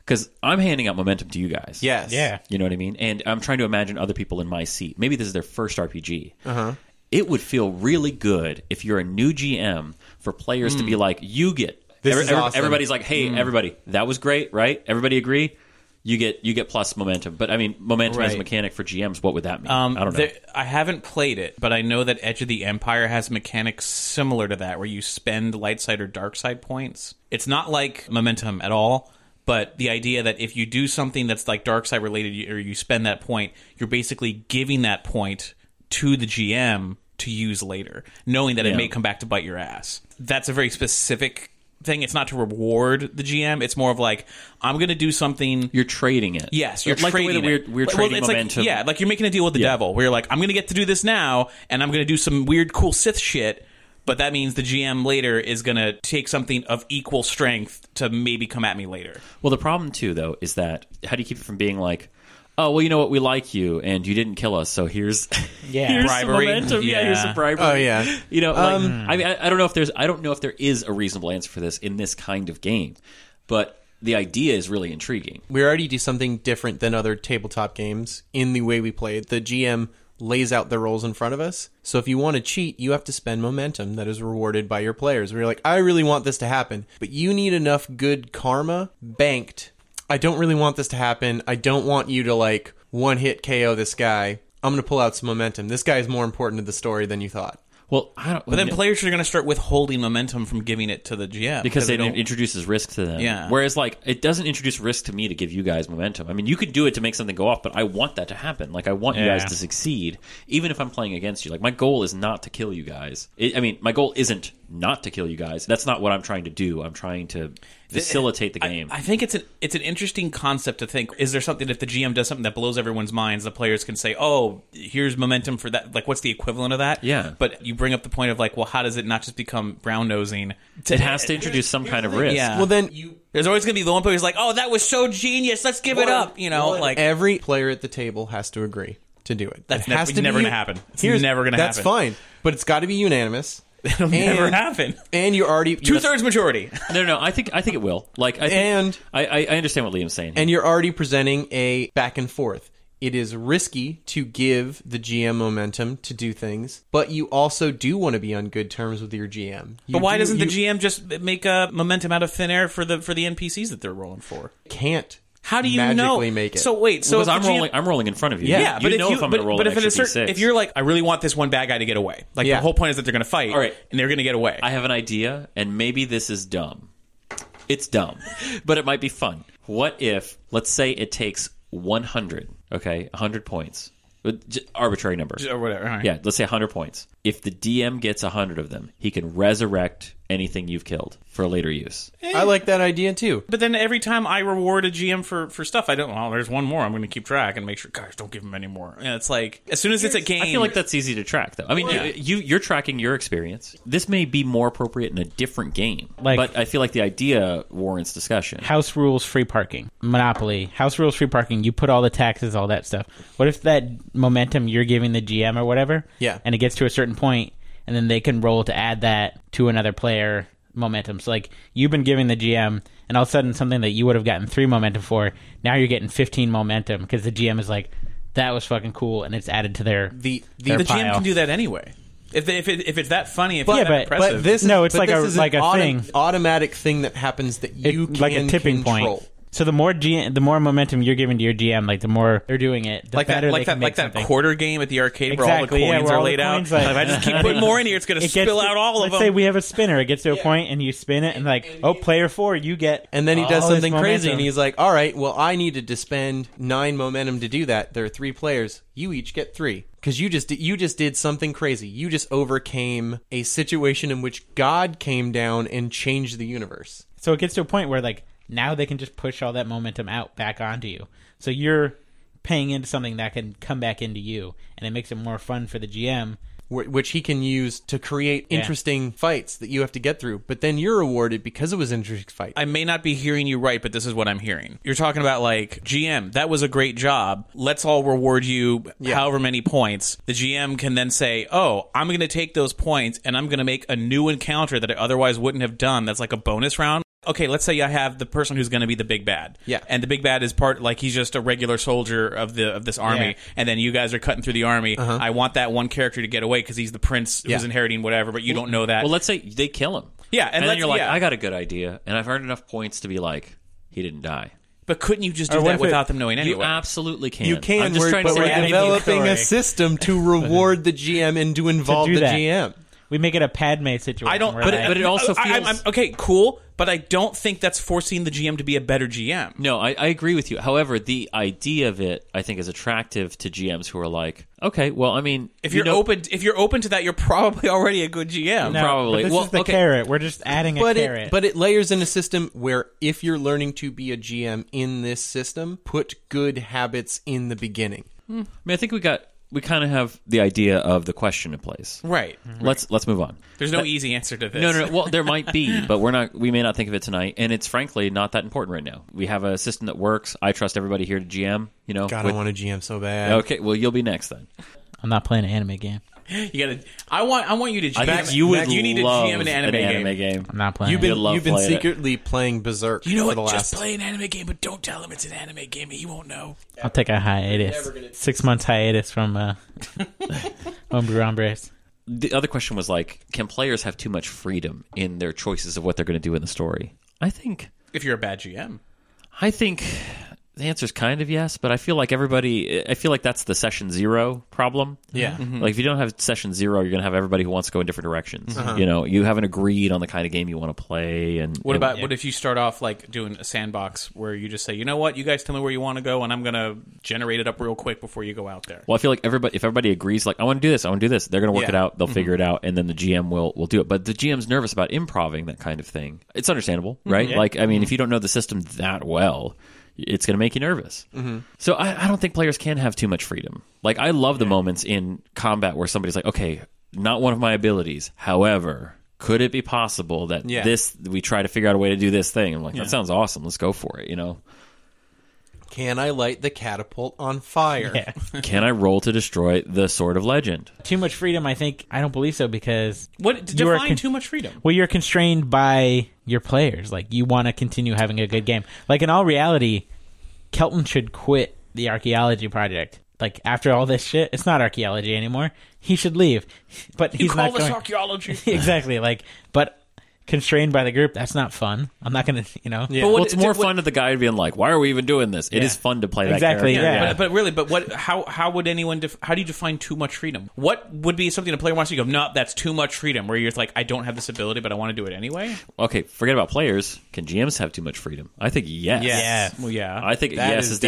Speaker 2: Because I'm handing out momentum to you guys.
Speaker 4: Yes.
Speaker 5: Yeah.
Speaker 2: You know what I mean? And I'm trying to imagine other people in my seat. Maybe this is their first RPG. Uh-huh. It would feel really good if you're a new GM for players to
Speaker 6: Hmm.
Speaker 2: be like, you get.
Speaker 4: This is awesome.
Speaker 2: Everybody's like, hey, everybody, that was great, right? Everybody agree? You get you get plus momentum. But I mean, momentum as a
Speaker 6: Right.
Speaker 2: mechanic for GMs, what would that mean?
Speaker 6: Um,
Speaker 2: I don't know.
Speaker 6: there- I haven't played it, but I know that Edge of the Empire has mechanics similar to that, where you spend light side or dark side points. It's not like momentum at all, but the idea that if you do something that's like dark side related, you- or you spend that point, you're basically giving that point to the GM to use later, knowing that it may come back to bite your ass. That's a very specific thing. It's not to reward the GM. It's more of like I'm going to do something
Speaker 2: you're trading it.
Speaker 6: Yes, you're
Speaker 2: like
Speaker 6: trading
Speaker 2: the way that
Speaker 6: it.
Speaker 2: we're, we're
Speaker 6: Well,
Speaker 2: trading
Speaker 6: it's like-
Speaker 2: momentum.
Speaker 6: yeah, like you're making a deal with the devil. Where you're like, I'm going to get to do this now, and I'm going to do some weird, cool Sith shit. But that means the GM later is going to take something of equal strength to maybe come at me later.
Speaker 2: Well, the problem too, though, is that how do you keep it from being like, oh, well, you know what, we like you, and you didn't kill us, so here's
Speaker 5: Yeah.
Speaker 2: here's some
Speaker 6: Bribery.
Speaker 2: momentum, yeah. here's some bribery.
Speaker 4: Oh, yeah.
Speaker 2: you know, like, I mean, I, I don't know if there's, I don't know if there is a reasonable answer for this in this kind of game, but the idea is really intriguing.
Speaker 4: we already do something different than other tabletop games in the way we play it. The GM lays out the roles in front of us. So if you want to cheat, you have to spend momentum that is rewarded by your players. We're like, I really want this to happen, but you need enough good karma banked. I don't really want this to happen. I don't want you to like one hit KO this guy. I'm going to pull out some momentum. This guy is more important to the story than you thought.
Speaker 2: Well, I don't,
Speaker 6: But then players are going to start withholding momentum from giving it to the GM
Speaker 2: because it introduces risk to them.
Speaker 6: Yeah.
Speaker 2: Whereas, like, it doesn't introduce risk to me to give you guys momentum. I mean, you could do it to make something go off, but I want that to happen. Like, I want you
Speaker 5: Yeah.
Speaker 2: guys to succeed, even if I'm playing against you. Like, my goal is not to kill you guys. It, I mean, my goal isn't not to kill you guys. That's not what I'm trying to do. I'm trying to facilitate the game.
Speaker 6: I think it's an it's an interesting concept to think. Is there something if the GM does something that blows everyone's minds, the players can say, "Oh, here's momentum for that." Like, what's the equivalent of that?
Speaker 2: Yeah.
Speaker 6: But you bring up the point of like, well, how does it not just become brown nosing?
Speaker 2: it has to introduce some kind of risk.
Speaker 6: Yeah.
Speaker 4: Well, then you
Speaker 6: There's always going to be the one player who's like, "Oh, that was so genius. Let's give it up." You know, like
Speaker 4: every player at the table has to agree to do it.
Speaker 6: That's
Speaker 4: It
Speaker 6: nev-
Speaker 4: has to be
Speaker 6: never
Speaker 4: you-
Speaker 6: gonna happen. It's
Speaker 4: Here's-
Speaker 6: never gonna
Speaker 4: that's
Speaker 6: happen.
Speaker 4: fine, but it's got to be unanimous.
Speaker 6: it'll never
Speaker 4: and-
Speaker 6: happen.
Speaker 4: And you're already
Speaker 6: Two thirds majority.
Speaker 2: No, no, no. I think I think it will. Like, I think,
Speaker 4: And-
Speaker 2: I, I, I understand what Liam's saying.
Speaker 4: and you're already presenting a back and forth. It is risky to give the GM momentum to do things, but you also do want to be on good terms with your GM. You
Speaker 6: But why
Speaker 4: do-
Speaker 6: doesn't the
Speaker 4: you
Speaker 6: GM just make a momentum out of thin air for the for the NPCs that they're rolling for?
Speaker 4: can't?
Speaker 6: How do you
Speaker 4: magically
Speaker 6: know?
Speaker 4: make it?
Speaker 6: So wait, so
Speaker 2: because
Speaker 6: if
Speaker 2: I'm
Speaker 6: the GM
Speaker 2: rolling, I'm rolling in front of you.
Speaker 6: Yeah,
Speaker 2: You-
Speaker 6: yeah
Speaker 2: you
Speaker 6: but
Speaker 2: know
Speaker 6: if you,
Speaker 2: if I'm
Speaker 6: but,
Speaker 2: going to roll
Speaker 6: but
Speaker 2: an
Speaker 6: if, at a
Speaker 2: extra
Speaker 6: certain,
Speaker 2: D6.
Speaker 6: if you're like, I really want this one bad guy to get away. Like
Speaker 4: Yeah.
Speaker 6: the whole point is that they're going to fight,
Speaker 2: All right.
Speaker 6: and they're going to get away.
Speaker 2: I have an idea, and maybe this is dumb. It's dumb, but it might be fun. What if, let's say, it takes 100, okay, 100 points, But j- arbitrary number.
Speaker 6: or whatever. all right.
Speaker 2: Yeah, let's say 100 points. If the DM gets 100 of them, he can resurrect anything you've killed for later use.
Speaker 4: I like that idea too.
Speaker 6: But then every time I reward a GM for, for stuff, I don't. Well, there's one more. I'm going to keep track and make sure. Guys, don't give him any more. And it's like as soon as it's a game,
Speaker 2: I feel like that's easy to track, though. I mean,
Speaker 6: Yeah.
Speaker 2: you, you are tracking your experience. This may be more appropriate in a different game,
Speaker 5: Like-
Speaker 2: but I feel like the idea warrants discussion.
Speaker 5: House rules free parking. Monopoly. House rules free parking. You put all the taxes, all that stuff. What if that momentum you're giving the GM or whatever?
Speaker 4: Yeah.
Speaker 5: And it gets to a certain point and then they can roll to add that to another player momentum. So like you've been giving the GM and all of a sudden something that you would have gotten 3 momentum for, now you're getting 15 momentum because the GM is like that was fucking cool and it's added to their
Speaker 4: The
Speaker 5: their
Speaker 4: the,
Speaker 6: the
Speaker 5: pile.
Speaker 6: GM can do that anyway. If they, if, it, if it's that funny, if
Speaker 5: Yeah,
Speaker 6: it's that
Speaker 5: but-
Speaker 6: impressive,
Speaker 4: but this
Speaker 5: No,
Speaker 4: is-
Speaker 5: it's
Speaker 4: but
Speaker 5: like a-
Speaker 4: this is an
Speaker 5: like a
Speaker 4: autom-
Speaker 5: thing.
Speaker 4: automatic thing that happens that
Speaker 5: it-
Speaker 4: you can
Speaker 5: like a tipping
Speaker 4: control.
Speaker 5: point. So the more GM, the more momentum you're giving to your GM, like the more they're doing it, the
Speaker 6: like that,
Speaker 5: better
Speaker 6: like
Speaker 5: they
Speaker 6: that,
Speaker 5: can make
Speaker 6: like that
Speaker 5: something.
Speaker 6: quarter game at the arcade
Speaker 5: Exactly, yeah,
Speaker 6: where all the coins
Speaker 5: where
Speaker 6: are
Speaker 5: all the
Speaker 6: laid
Speaker 5: coins,
Speaker 6: out.
Speaker 5: like-
Speaker 6: if I just keep putting more in here, it's going to
Speaker 5: It gets-
Speaker 6: spill out all of
Speaker 5: let's
Speaker 6: them.
Speaker 5: say we have a spinner. It gets to a point and you spin it, and like, oh, player four, you get.
Speaker 4: And then he
Speaker 5: all
Speaker 4: does
Speaker 5: this
Speaker 4: something crazy
Speaker 5: momentum.
Speaker 4: and he's like, all right, well, I needed to spend nine momentum to do that. There are three players. You each get three. Because you just, di- you just did something crazy. You just overcame a situation in which God came down and changed the universe.
Speaker 5: so it gets to a point where like now they can just push all that momentum out back onto you. So you're paying into something that can come back into you, and it makes it more fun for the GM
Speaker 4: wh- which he can use to create interesting fights that you have to get through. But then you're awarded because it was an interesting fight.
Speaker 6: I may not be hearing you right, but this is what I'm hearing. You're talking about like GM, that was a great job. Let's all reward you however many points. The GM can then say, "Oh, I'm going to take those points and I'm going to make a new encounter that I otherwise wouldn't have done. That's like a bonus round." Okay, let's say I have the person who's going to be the big bad.
Speaker 4: Yeah.
Speaker 6: And the big bad is part like he's just a regular soldier of the of this army and then you guys are cutting through the army.
Speaker 4: Uh-huh.
Speaker 6: I want that one character to get away cuz he's the prince who's inheriting whatever, but you don't know that.
Speaker 2: Well, let's say they kill him.
Speaker 6: Yeah, and
Speaker 2: and, then
Speaker 6: let's-
Speaker 2: you're like,
Speaker 6: yeah.
Speaker 2: I got a good idea, and I've earned enough points to be like, he didn't die.
Speaker 6: but couldn't you just
Speaker 4: Or
Speaker 6: do
Speaker 4: what
Speaker 6: that
Speaker 4: if
Speaker 6: without
Speaker 4: it-
Speaker 6: them knowing
Speaker 2: You
Speaker 6: anyway?
Speaker 2: absolutely can.
Speaker 4: you can,
Speaker 2: I'm just
Speaker 4: we're,
Speaker 2: trying to
Speaker 4: but
Speaker 2: say
Speaker 4: we're
Speaker 6: adding
Speaker 4: developing a
Speaker 6: story.
Speaker 4: system to reward the GM and to involve
Speaker 5: do
Speaker 4: the
Speaker 5: that.
Speaker 4: GM.
Speaker 5: We make it a Padme situation.
Speaker 6: I don't,
Speaker 5: where
Speaker 6: but
Speaker 5: like-
Speaker 6: it,
Speaker 2: but it also
Speaker 6: I- I'm-
Speaker 2: feels-
Speaker 6: I'm- okay, cool. But I don't think that's forcing the GM to be a better GM.
Speaker 2: No, I, I agree with you. However, the idea of it, I think, is attractive to GMs who are like, okay, well, I mean,
Speaker 6: If
Speaker 2: you
Speaker 6: you're
Speaker 2: know-
Speaker 6: open, if you're open to that, you're probably already a good GM.
Speaker 5: No,
Speaker 2: probably.
Speaker 5: But this
Speaker 2: Well,
Speaker 5: is the
Speaker 2: okay.
Speaker 5: carrot. We're just adding a
Speaker 4: But
Speaker 5: carrot.
Speaker 4: it, but it layers in a system where if you're learning to be a GM in this system, put good habits in the beginning.
Speaker 2: I mean, I think we got we kind of have the idea of the question in place.
Speaker 6: Right.
Speaker 4: Mm-hmm.
Speaker 2: Let's let's move on.
Speaker 6: There's no easy answer to this.
Speaker 2: No, no, no. Well, there might be, but we're not. We may not think of it tonight, and it's frankly not that important right now. We have a system that works. I trust everybody here to GM. You know.
Speaker 4: God,
Speaker 2: with-
Speaker 4: I want a GM so bad.
Speaker 2: okay. Well, you'll be next then.
Speaker 5: I'm not playing an anime game.
Speaker 6: You gotta. I want. I want you to. GM,
Speaker 2: I think you would.
Speaker 6: You need to
Speaker 2: love
Speaker 6: GM an anime, game.
Speaker 5: I'm not playing.
Speaker 4: You've
Speaker 5: it.
Speaker 4: been
Speaker 2: You'd love
Speaker 4: you've been
Speaker 2: playing it.
Speaker 4: secretly playing Berserk
Speaker 6: You know
Speaker 4: for the
Speaker 6: what?
Speaker 4: last
Speaker 6: Just play an anime game, but don't tell him it's an anime game. He won't know.
Speaker 5: I'll take a hiatus. Six months hiatus from uh, Homebrew Hombres.
Speaker 2: The other question was like, can players have too much freedom in their choices of what they're going to do in the story? I think.
Speaker 6: If you're a bad GM,
Speaker 2: I think the answer is kind of yes, but I feel like everybody. I feel like that's the session zero problem.
Speaker 4: Yeah.
Speaker 6: Mm-hmm.
Speaker 2: Like if you don't have session zero, you're gonna have everybody who wants to go in different directions. You know, you haven't agreed on the kind of game you want to play. And
Speaker 6: Uh-huh. what
Speaker 2: and-
Speaker 6: about what if you start off like doing a sandbox where you just say, you know what, you guys tell me where you want to go, and I'm gonna generate it up real quick before you go out there.
Speaker 2: Well, I feel like everybody, if everybody agrees, like I want to do this, I want to do this, they're going to work
Speaker 6: Yeah.
Speaker 2: it out. They'll figure it out, and then the GM will will do it. But the GM's nervous about improving that kind of thing. It's understandable, right? Like, I mean, if you don't know the system that well, it's going to make you nervous. So I, I don't think players can have too much freedom. Like, I love the moments in combat where somebody's like, "Okay, not one of my abilities. However." Could it be possible that
Speaker 4: Yeah.
Speaker 2: this we try to figure out a way to do this thing? I'm like, that sounds awesome. Let's go for it. You know,
Speaker 4: Can I light the catapult on fire?
Speaker 5: Yeah.
Speaker 2: can I roll to destroy the sword of legend?
Speaker 5: Too much freedom, I think. I don't believe so because
Speaker 6: What
Speaker 5: you are
Speaker 6: define
Speaker 5: con-
Speaker 6: too much freedom?
Speaker 5: Well, you're constrained by your players. Like you want to continue having a good game. Like in all reality, Kelton should quit the archaeology project. Like after all this shit, it's not archaeology anymore. He should leave. But he's
Speaker 6: Call
Speaker 5: not
Speaker 6: this
Speaker 5: going.
Speaker 6: archaeology.
Speaker 5: exactly. Like, but constrained by the group, that's not fun. I'm not gonna, you know.
Speaker 4: Yeah.
Speaker 2: But
Speaker 6: What-
Speaker 2: well, it's more
Speaker 6: what-
Speaker 2: fun to the guy being like, "Why are we even doing this?" It is fun to play
Speaker 5: Exactly,
Speaker 2: that
Speaker 6: Yeah,
Speaker 2: character.
Speaker 5: Yeah.
Speaker 6: But, but really, but what? How how would anyone? Def- how do you define too much freedom? What would be something a player wants to go? No, that's too much freedom. Where you're like, I don't have this ability, but I want to do it anyway.
Speaker 2: Okay, forget about players. Can GMs have too much freedom? I think yes.
Speaker 5: Yes.
Speaker 6: Well, yeah.
Speaker 2: I think
Speaker 4: That
Speaker 2: yes
Speaker 4: is
Speaker 2: is, the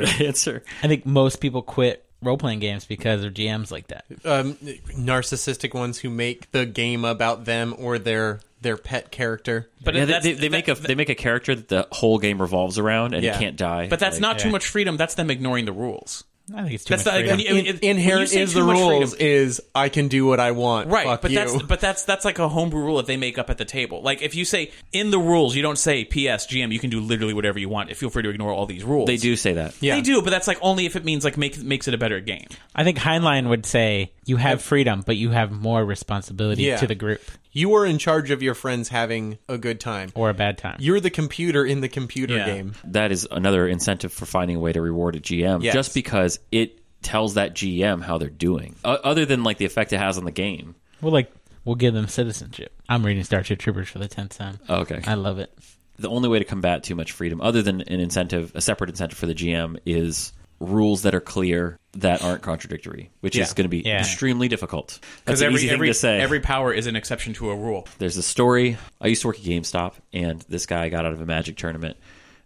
Speaker 2: absolute answer.
Speaker 5: I think most people quit role playing games because of GMs like that.
Speaker 4: Um, narcissistic ones who make the game about them or their their pet character.
Speaker 6: but
Speaker 2: yeah, they,
Speaker 6: that's-
Speaker 2: they, they make a
Speaker 6: that-
Speaker 2: they make a character that the whole game revolves around, and
Speaker 4: Yeah.
Speaker 2: he can't die.
Speaker 6: But that's
Speaker 2: Like,
Speaker 6: not too much freedom. That's them ignoring the rules.
Speaker 5: I think it's too
Speaker 6: That's
Speaker 5: much
Speaker 6: not-
Speaker 5: freedom.
Speaker 6: and you- I mean,
Speaker 4: In-
Speaker 6: if- when you
Speaker 4: inherent
Speaker 6: say
Speaker 4: is
Speaker 6: too
Speaker 4: the
Speaker 6: much
Speaker 4: rules
Speaker 6: freedom-
Speaker 4: is I can do what I want.
Speaker 6: Right,
Speaker 4: Fuck
Speaker 6: but
Speaker 4: you.
Speaker 6: that's but that's that's like a homebrew rule that they make up at the table. Like if you say in the rules, you don't say PS GM, you can do literally whatever you want. Feel free to ignore all these rules.
Speaker 2: They do say that.
Speaker 4: Yeah.
Speaker 6: They do, but that's like only if it means like make, makes it a better game.
Speaker 5: I think Heinlein would say you have freedom, but you have more responsibility
Speaker 4: Yeah.
Speaker 5: to the group
Speaker 4: you are in charge of your friends having a good time.
Speaker 5: or a bad time.
Speaker 4: You're the computer in the computer
Speaker 6: Yeah.
Speaker 4: game.
Speaker 2: That is another incentive for finding a way to reward a GM,
Speaker 4: Yes.
Speaker 2: just because it tells that GM how they're doing. O- other than like the effect it has on the game.
Speaker 5: Well, like we'll give them citizenship. I'm reading Starship Troopers for the tenth time.
Speaker 2: Okay.
Speaker 5: I love it.
Speaker 2: the only way to combat too much freedom, other than an incentive, a separate incentive for the GM, is rules that are clear that aren't contradictory, which is going to be
Speaker 5: Yeah.
Speaker 2: extremely difficult. That's
Speaker 6: Because
Speaker 2: an
Speaker 6: every
Speaker 2: easy thing
Speaker 6: every
Speaker 2: to say.
Speaker 6: every power is an exception to a rule.
Speaker 2: There's a story. I used to work at GameStop, and this guy got out of a Magic tournament,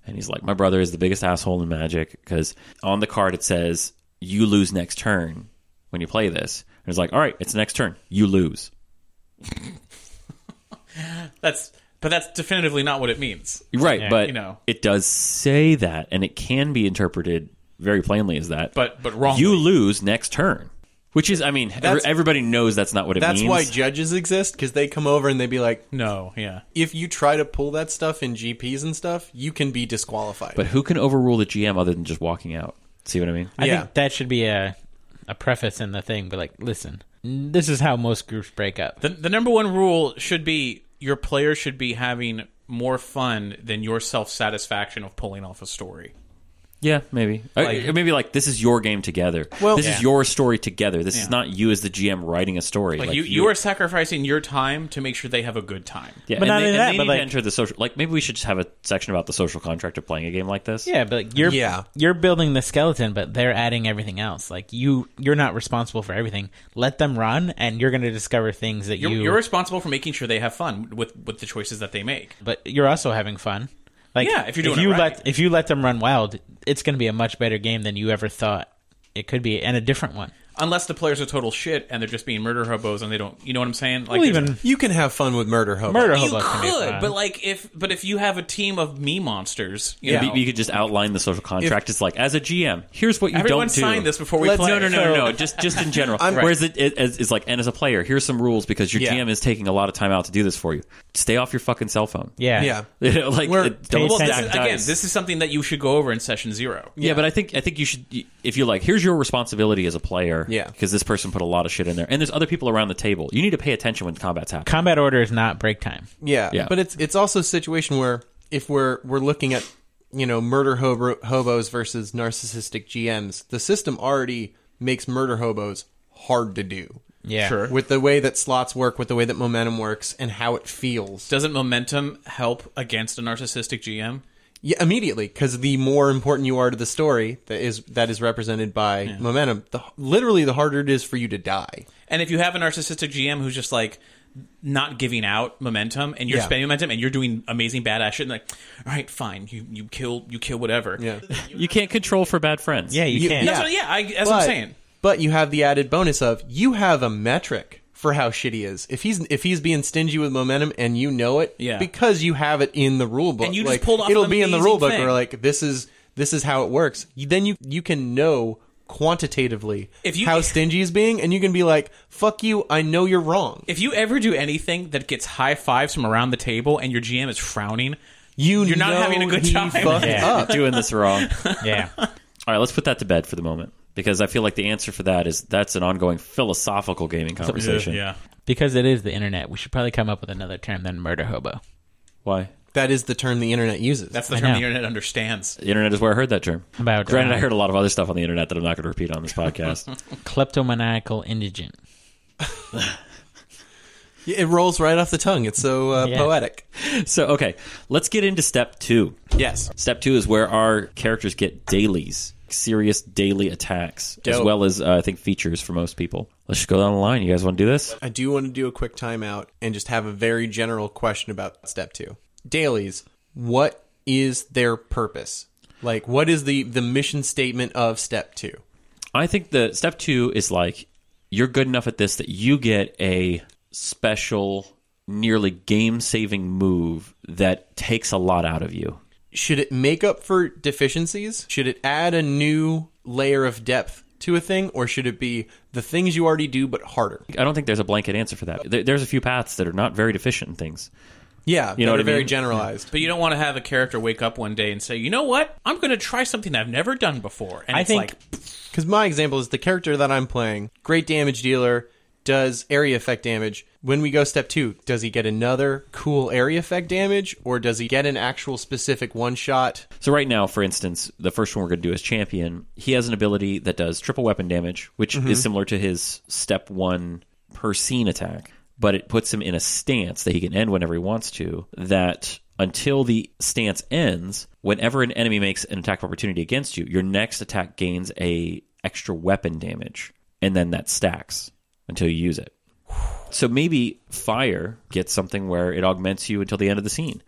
Speaker 2: and he's like, "My brother is the biggest asshole in Magic because on the card it says you lose next turn when you play this." And it's like, "All right, it's next turn. You lose."
Speaker 6: That's but that's definitively not what it means.
Speaker 2: Right, but
Speaker 6: you know.
Speaker 2: it does say that, and it can be interpreted very plainly as that.
Speaker 6: But- but wrongly.
Speaker 2: you lose next turn. Which is, I mean, ev-
Speaker 4: That's-
Speaker 2: everybody knows that's not what it
Speaker 4: That's
Speaker 2: means.
Speaker 4: why judges exist because they come over and they be like,
Speaker 6: No, yeah.
Speaker 4: if you try to pull that stuff in GPs and stuff, you can be disqualified.
Speaker 2: but who can overrule the GM other than just walking out? See what I mean?
Speaker 5: I
Speaker 4: Yeah.
Speaker 5: think that should be a a preface in the thing, but like, listen, this is how most groups break up.
Speaker 6: The, the number one rule should be your player should be having more fun than your self satisfaction of pulling off a story.
Speaker 2: Yeah, maybe. Like, maybe like this is your game together.
Speaker 4: Well-
Speaker 2: this
Speaker 4: Yeah.
Speaker 2: is your story together. This
Speaker 6: Yeah.
Speaker 2: is not you as the GM writing a story.
Speaker 6: Like, you, you are sacrificing your time to make sure they have a good time.
Speaker 2: Yeah, and
Speaker 5: But not
Speaker 2: they,
Speaker 5: only
Speaker 2: and
Speaker 5: that,
Speaker 2: they
Speaker 5: but,
Speaker 2: need
Speaker 5: like-
Speaker 2: to enter the social. Like maybe we should just have a section about the social contract of playing a game like this.
Speaker 5: Yeah, but like you're
Speaker 4: Yeah.
Speaker 5: you're building the skeleton, but they're adding everything else. Like you, you're not responsible for everything. Let them run, and you're going to discover things that
Speaker 6: You're,
Speaker 5: you.
Speaker 6: you, are responsible for making sure they have fun with, with the choices that they make.
Speaker 5: but you're also having fun. Like
Speaker 6: Yeah, if you're doing
Speaker 5: if
Speaker 6: it
Speaker 5: you
Speaker 6: right.
Speaker 5: let if you let them run wild, it's going to be a much better game than you ever thought it could be, and a different one.
Speaker 6: Unless the players are total shit and they're just being murder hobos and they don't, you know what I'm saying? Like
Speaker 5: Well,
Speaker 6: there's-
Speaker 5: even
Speaker 4: you can have fun with murder hobo.
Speaker 5: murder
Speaker 6: you
Speaker 5: hobo can be
Speaker 6: could,
Speaker 5: fun.
Speaker 6: but like if but if you have a team of me monsters, you
Speaker 2: You,
Speaker 6: know,
Speaker 2: you could just outline the social contract. it's like as a GM, here's what you
Speaker 6: everyone
Speaker 2: don't do.
Speaker 6: signed this before we
Speaker 4: Let's-
Speaker 6: play.
Speaker 2: no, no, no, no,
Speaker 6: So-
Speaker 2: no. Just, just in general.
Speaker 4: I'm-
Speaker 2: Whereas it, it, as- it's like, and as a player, here's some rules because your
Speaker 4: Yeah.
Speaker 2: GM is taking a lot of time out to do this for you. Stay off your fucking cell phone.
Speaker 5: yeah,
Speaker 4: Yeah.
Speaker 2: You know, like,
Speaker 4: We're-
Speaker 2: it- don't
Speaker 6: Well,
Speaker 5: Pay
Speaker 6: this
Speaker 2: stack
Speaker 6: is, again,
Speaker 2: dice.
Speaker 6: this is something that you should go over in session zero.
Speaker 2: Yeah, but I think I think you should if you're like here's your responsibility as a player.
Speaker 4: Yeah.
Speaker 2: because this person put a lot of shit in there, and there's other people around the table. You need to pay attention when combat's happening.
Speaker 5: Combat order is not break time.
Speaker 4: Yeah,
Speaker 2: Yeah.
Speaker 4: but it's it's also a situation where if we're we're looking at you know murder hobo, hobos versus narcissistic GMs, the system already makes murder hobos hard to do
Speaker 5: Yeah,
Speaker 6: Sure.
Speaker 4: with the way that slots work, with the way that momentum works, and how it feels.
Speaker 6: Doesn't momentum help against a narcissistic GM?
Speaker 4: Yeah, immediately because the more important you are to the story that is that is represented by momentum, the literally the harder it is for you to die.
Speaker 6: And if you have a narcissistic GM who's just like not giving out momentum and you're
Speaker 4: Yeah.
Speaker 6: spending momentum and you're doing amazing badass shit and like, all right, fine, you you kill you kill whatever.
Speaker 4: Yeah,
Speaker 2: You can't control for bad friends.
Speaker 5: yeah, you,
Speaker 4: You-
Speaker 5: can't.
Speaker 6: That's what, yeah, I, that's what
Speaker 4: but,
Speaker 6: I'm saying.
Speaker 4: But you have the added bonus of you have a metric for how shitty he is. If he's if he's being stingy with momentum and you know it,
Speaker 6: Yeah.
Speaker 4: because you have it in the rule book,
Speaker 6: And you just
Speaker 4: like,
Speaker 6: pulled off
Speaker 4: It'll
Speaker 6: an
Speaker 4: be in the
Speaker 6: amazing
Speaker 4: rule book.
Speaker 6: thing.
Speaker 4: Where like this is this is how it works. You- Then you you can know quantitatively
Speaker 6: If you-
Speaker 4: how stingy he's being, and you can be like, "Fuck you! I know you're wrong.
Speaker 6: If you ever do anything that gets high fives from around the table and your GM is frowning,
Speaker 4: You
Speaker 6: You're not
Speaker 4: know
Speaker 6: having a good
Speaker 4: he
Speaker 6: time."
Speaker 4: fucked
Speaker 5: Yeah.
Speaker 4: up.
Speaker 2: doing this wrong. All
Speaker 5: Yeah,
Speaker 2: right, let's put that to bed for the moment because I feel like the answer for that is that's an ongoing philosophical gaming conversation.
Speaker 5: because it is the internet. We should probably come up with another term than murder hobo.
Speaker 2: Why?
Speaker 4: That is the term the internet uses.
Speaker 6: that's the
Speaker 5: I
Speaker 6: term the
Speaker 5: know.
Speaker 6: internet understands.
Speaker 2: The internet is where I heard that term.
Speaker 5: About,
Speaker 2: granted,
Speaker 5: uh,
Speaker 2: I heard a lot of other stuff on the internet that I'm not going to repeat on this podcast.
Speaker 5: Kleptomaniacal indigent.
Speaker 4: it rolls right off the tongue. It's so uh,
Speaker 5: Yeah.
Speaker 4: poetic.
Speaker 2: so, okay, let's get into step two.
Speaker 4: Yes.
Speaker 2: Step two is where our characters get dailies, serious daily attacks, as
Speaker 4: Dope.
Speaker 2: well as uh, I think features for most people. Let's just go down the line. You guys want to do this?
Speaker 4: I do want to do a quick timeout and just have a very general question about step two. Dailies, what is their purpose? Like, what is the, the mission statement of step two?
Speaker 2: I think the step two is like you're good enough at this that you get a special, nearly game saving move that takes a lot out of you.
Speaker 4: Should it make up for deficiencies? Should it add a new layer of depth to a thing? Or should it be the things you already do but harder?
Speaker 2: I don't think there's a blanket answer for that. There- There's a few paths that are not very deficient in things.
Speaker 4: Yeah,
Speaker 2: You know what
Speaker 4: that are
Speaker 2: I
Speaker 4: very
Speaker 2: mean?
Speaker 4: generalized.
Speaker 6: But you don't want to have a character wake up one day and say, "You know what? I'm going to try something I've never done before." And
Speaker 5: I
Speaker 6: it's
Speaker 5: think-
Speaker 6: like,
Speaker 4: Because my example is the character that I'm playing, great damage dealer, does area effect damage. When we go step two, does he get another cool area effect damage, or does he get an actual specific one shot?
Speaker 2: So right now, for instance, the first one we're going to do is champion. He has an ability that does triple weapon damage, which is similar to his step one per scene attack, but it puts him in a stance that he can end whenever he wants to. That until the stance ends, whenever an enemy makes an attack of opportunity against you, your next attack gains a extra weapon damage, and then that stacks until you use it. So maybe fire gets something where it augments you until the end of the scene.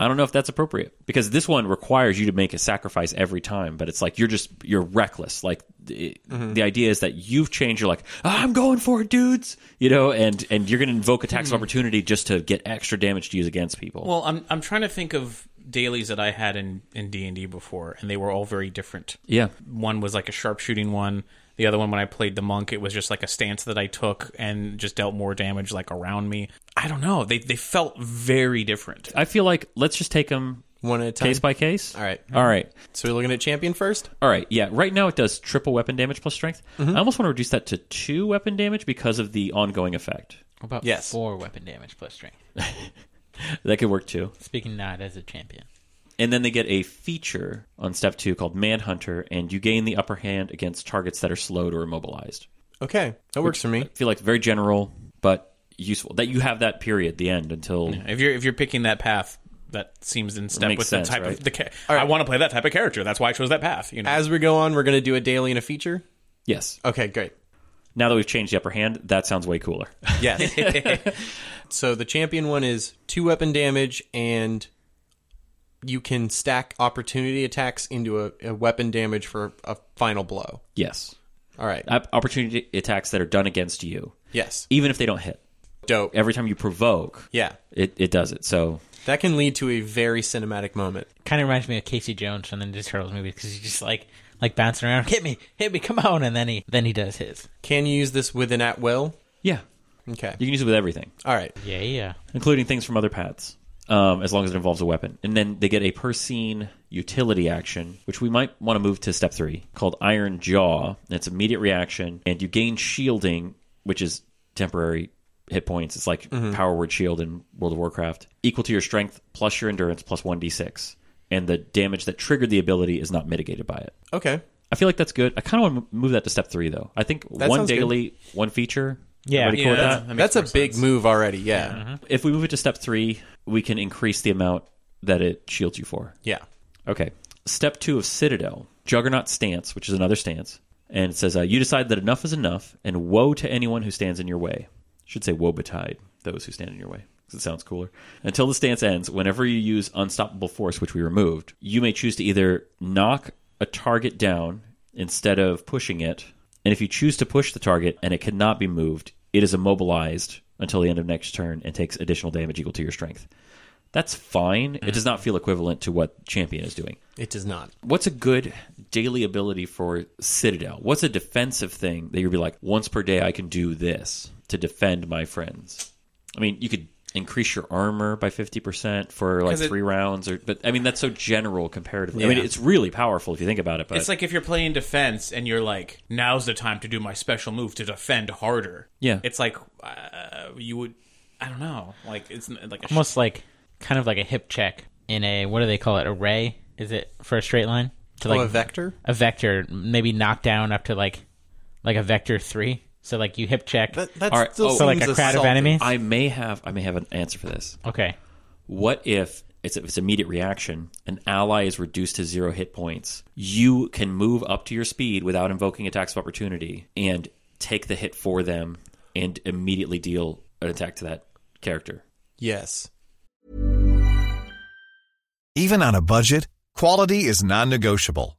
Speaker 2: I don't know if that's appropriate because this one requires you to make a sacrifice every time, but it's like you're just you're reckless. Like the
Speaker 4: Mm-hmm.
Speaker 2: the idea is that you've changed. You're like, "Ah, I'm going for it, dudes, you know, and and you're going to invoke attacks
Speaker 4: Mm-hmm.
Speaker 2: of opportunity just to get extra damage to use against people.
Speaker 6: well, I'm I'm trying to think of dailies that I had in in D and D before, and they were all very different.
Speaker 2: yeah,
Speaker 6: One was like a sharpshooting one. The other one, when I played the monk, it was just like a stance that I took and just dealt more damage like around me. I don't know. They they felt very different.
Speaker 2: I feel like let's just take them
Speaker 4: One at a time.
Speaker 2: case by case.
Speaker 4: All right.
Speaker 2: All right.
Speaker 4: So we're looking at champion first.
Speaker 2: All right, yeah. Right now it does triple weapon damage plus strength.
Speaker 4: Mm-hmm.
Speaker 2: I almost want to reduce that to two weapon damage because of the ongoing effect.
Speaker 5: What about
Speaker 4: Yes.
Speaker 5: four weapon damage plus strength?
Speaker 2: That could work too.
Speaker 5: Speaking not as a champion.
Speaker 2: And then they get a feature on step two called Manhunter, and you gain the upper hand against targets that are slowed or immobilized.
Speaker 4: Okay, that works for me.
Speaker 2: I feel like it's very general, but useful. That you have that period, the end, until.
Speaker 6: If you're if you're picking that path, that seems in step
Speaker 2: makes
Speaker 6: with
Speaker 2: sense,
Speaker 6: the type
Speaker 2: right?
Speaker 6: of the. Ca- I want to play that type of character. That's why I chose that path. You know,
Speaker 4: As we go on, we're going to do a daily and a feature.
Speaker 2: Yes.
Speaker 4: Okay, great.
Speaker 2: Now that we've changed the upper hand, that sounds way cooler.
Speaker 4: Yes. so the champion one is two weapon damage, and you can stack opportunity attacks into a, a weapon damage for a final blow.
Speaker 2: yes.
Speaker 4: All right.
Speaker 2: Op- Opportunity attacks that are done against you,
Speaker 4: yes.
Speaker 2: even if they don't hit.
Speaker 4: Dope.
Speaker 2: Every time you provoke,
Speaker 4: Yeah.
Speaker 2: it, it does it. So
Speaker 4: That can lead to a very cinematic moment.
Speaker 5: Kind of reminds me of Casey Jones from the Ninja Turtles movie because he's just like like bouncing around, hit me, hit me, come on, and then he then he does his.
Speaker 4: Can you use this with an at will?
Speaker 2: Yeah.
Speaker 4: Okay.
Speaker 2: You can use it with everything,
Speaker 4: All right.
Speaker 5: Yeah, yeah.
Speaker 2: including things from other paths, um, as long as it involves a weapon. And then they get a per scene utility action, which we might want to move to step three, called Iron Jaw. And It's immediate reaction, and you gain shielding, which is temporary hit points. It's like
Speaker 5: Mm-hmm.
Speaker 2: Power Word Shield in World of Warcraft, equal to your strength plus your endurance plus 1d6. And the damage that triggered the ability is not mitigated by it.
Speaker 4: Okay.
Speaker 2: I feel like that's good. I kind of want to move that to step three, though. I think
Speaker 4: That
Speaker 2: one
Speaker 4: sounds good.
Speaker 2: daily, one feature.
Speaker 5: Yeah.
Speaker 2: Everybody cool with that?
Speaker 6: that makes
Speaker 4: That's a
Speaker 6: more
Speaker 4: big
Speaker 6: sense. mm-hmm.
Speaker 4: move already. Yeah.
Speaker 2: if we move it to step three, we can increase the amount that it shields you for.
Speaker 4: Yeah.
Speaker 2: Okay. Step two of Citadel, Juggernaut Stance, which is another stance. And it says, uh, You decide that enough is enough, and woe to anyone who stands in your way. Should say, Woe betide those who stand in your way, because it sounds cooler. Until the stance ends, whenever you use Unstoppable Force, which we removed, you may choose to either knock a target down instead of pushing it. And if you choose to push the target and it cannot be moved, it is immobilized until the end of next turn and takes additional damage equal to your strength. That's fine. It
Speaker 6: Mm-hmm.
Speaker 2: does not feel equivalent to what Champion is doing
Speaker 4: It does not.
Speaker 2: what's a good daily ability for Citadel? What's a defensive thing that you'd be like, once per day I can do this to defend my friends? I mean, you could increase your armor by 50% for like
Speaker 6: 'Cause it-
Speaker 2: three rounds or but I mean that's so general comparatively. I mean, it's really powerful if you think about it, but
Speaker 6: It's like if you're playing defense and you're like, now's the time to do my special move to defend harder.
Speaker 2: Yeah.
Speaker 6: It's like uh, you would. I don't know. Like it's n- like a sh-
Speaker 5: Almost like kind of like a hip check in a what do they call it? Array? Is it for a straight line? To
Speaker 4: oh, a vector?
Speaker 5: a vector, maybe knock down up to like like a vector three. So like you hip check.
Speaker 4: That, that
Speaker 2: All right.
Speaker 4: still
Speaker 2: Oh.
Speaker 4: seems
Speaker 5: so like a crowd of
Speaker 4: assaulting.
Speaker 5: enemies.
Speaker 2: I may have I may have an answer for this.
Speaker 5: okay.
Speaker 2: What if it's it's immediate reaction, an ally is reduced to zero hit points. You can move up to your speed without invoking attacks of opportunity and take the hit for them and immediately deal an attack to that character.
Speaker 4: Yes.
Speaker 7: Even on a budget, quality is non-negotiable.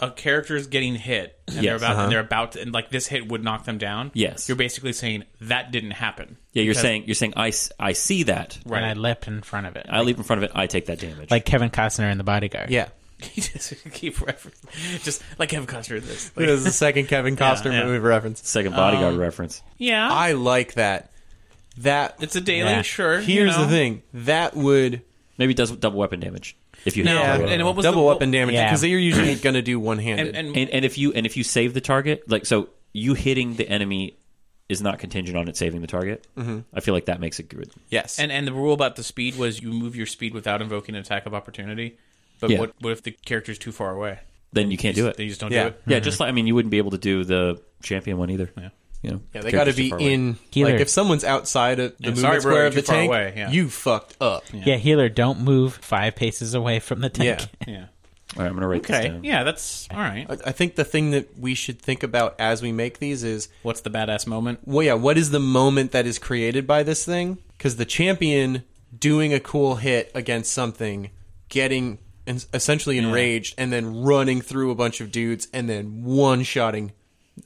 Speaker 6: a character is getting hit and they're
Speaker 2: Yes.
Speaker 6: about and they're about to, and like this hit would knock them down.
Speaker 2: Yes.
Speaker 6: You're basically saying that didn't happen.
Speaker 2: Yeah, you're
Speaker 6: Because-
Speaker 2: saying you're saying I, s- I see that.
Speaker 5: Right. And I leapt in front of it.
Speaker 2: I leap in front of it, I take that damage.
Speaker 5: like Kevin Costner in The Bodyguard.
Speaker 4: Yeah.
Speaker 6: He just keep referencing, just like Kevin Costner. This,
Speaker 4: It was the second Kevin Costner
Speaker 6: yeah.
Speaker 4: movie reference.
Speaker 2: second bodyguard
Speaker 5: um,
Speaker 2: reference.
Speaker 6: yeah,
Speaker 4: I like that. That
Speaker 6: it's a daily.
Speaker 5: Yeah.
Speaker 6: Sure, you
Speaker 4: here's
Speaker 6: know.
Speaker 4: the thing. That would
Speaker 2: Maybe it does double weapon damage.
Speaker 3: if you
Speaker 6: No,
Speaker 3: hit
Speaker 4: Yeah.
Speaker 3: the
Speaker 6: and what was
Speaker 4: double
Speaker 6: the,
Speaker 4: up and damage
Speaker 5: Yeah.
Speaker 4: because they're usually going to do one handed.
Speaker 6: and, and,
Speaker 2: And, and if you and if you save the target, like so, you hitting the enemy is not contingent on it saving the target. Mm-hmm. I feel like that makes it good.
Speaker 4: yes,
Speaker 6: and and the rule about the speed was you move your speed without invoking an attack of opportunity. But
Speaker 2: Yeah.
Speaker 6: what what if the character's too far away?
Speaker 2: Then you can't do
Speaker 6: They
Speaker 2: it.
Speaker 6: just don't
Speaker 4: Yeah.
Speaker 6: do it.
Speaker 2: Yeah, just like I mean, you wouldn't be able to do the champion one either. Yeah, you know,
Speaker 4: yeah, they got to
Speaker 2: characters
Speaker 4: be
Speaker 2: too far away.
Speaker 4: in.
Speaker 5: Healer.
Speaker 4: Like if someone's outside of the
Speaker 6: And
Speaker 4: movement
Speaker 6: sorry, bro,
Speaker 4: square
Speaker 6: you're
Speaker 4: of the
Speaker 6: too far
Speaker 4: tank,
Speaker 6: away, yeah.
Speaker 4: you fucked up.
Speaker 5: Yeah, healer, don't move five paces away from the tank.
Speaker 4: Yeah.
Speaker 6: Yeah.
Speaker 2: All right, I'm gonna write this
Speaker 6: Okay.
Speaker 2: down.
Speaker 6: Yeah, that's all right.
Speaker 4: I, I think the thing that we should think about as we make these is
Speaker 6: What's the badass moment?
Speaker 4: well, yeah, what is the moment that is created by this thing? Because the champion doing a cool hit against something, getting en- essentially enraged, and then running through a bunch of dudes and then one shotting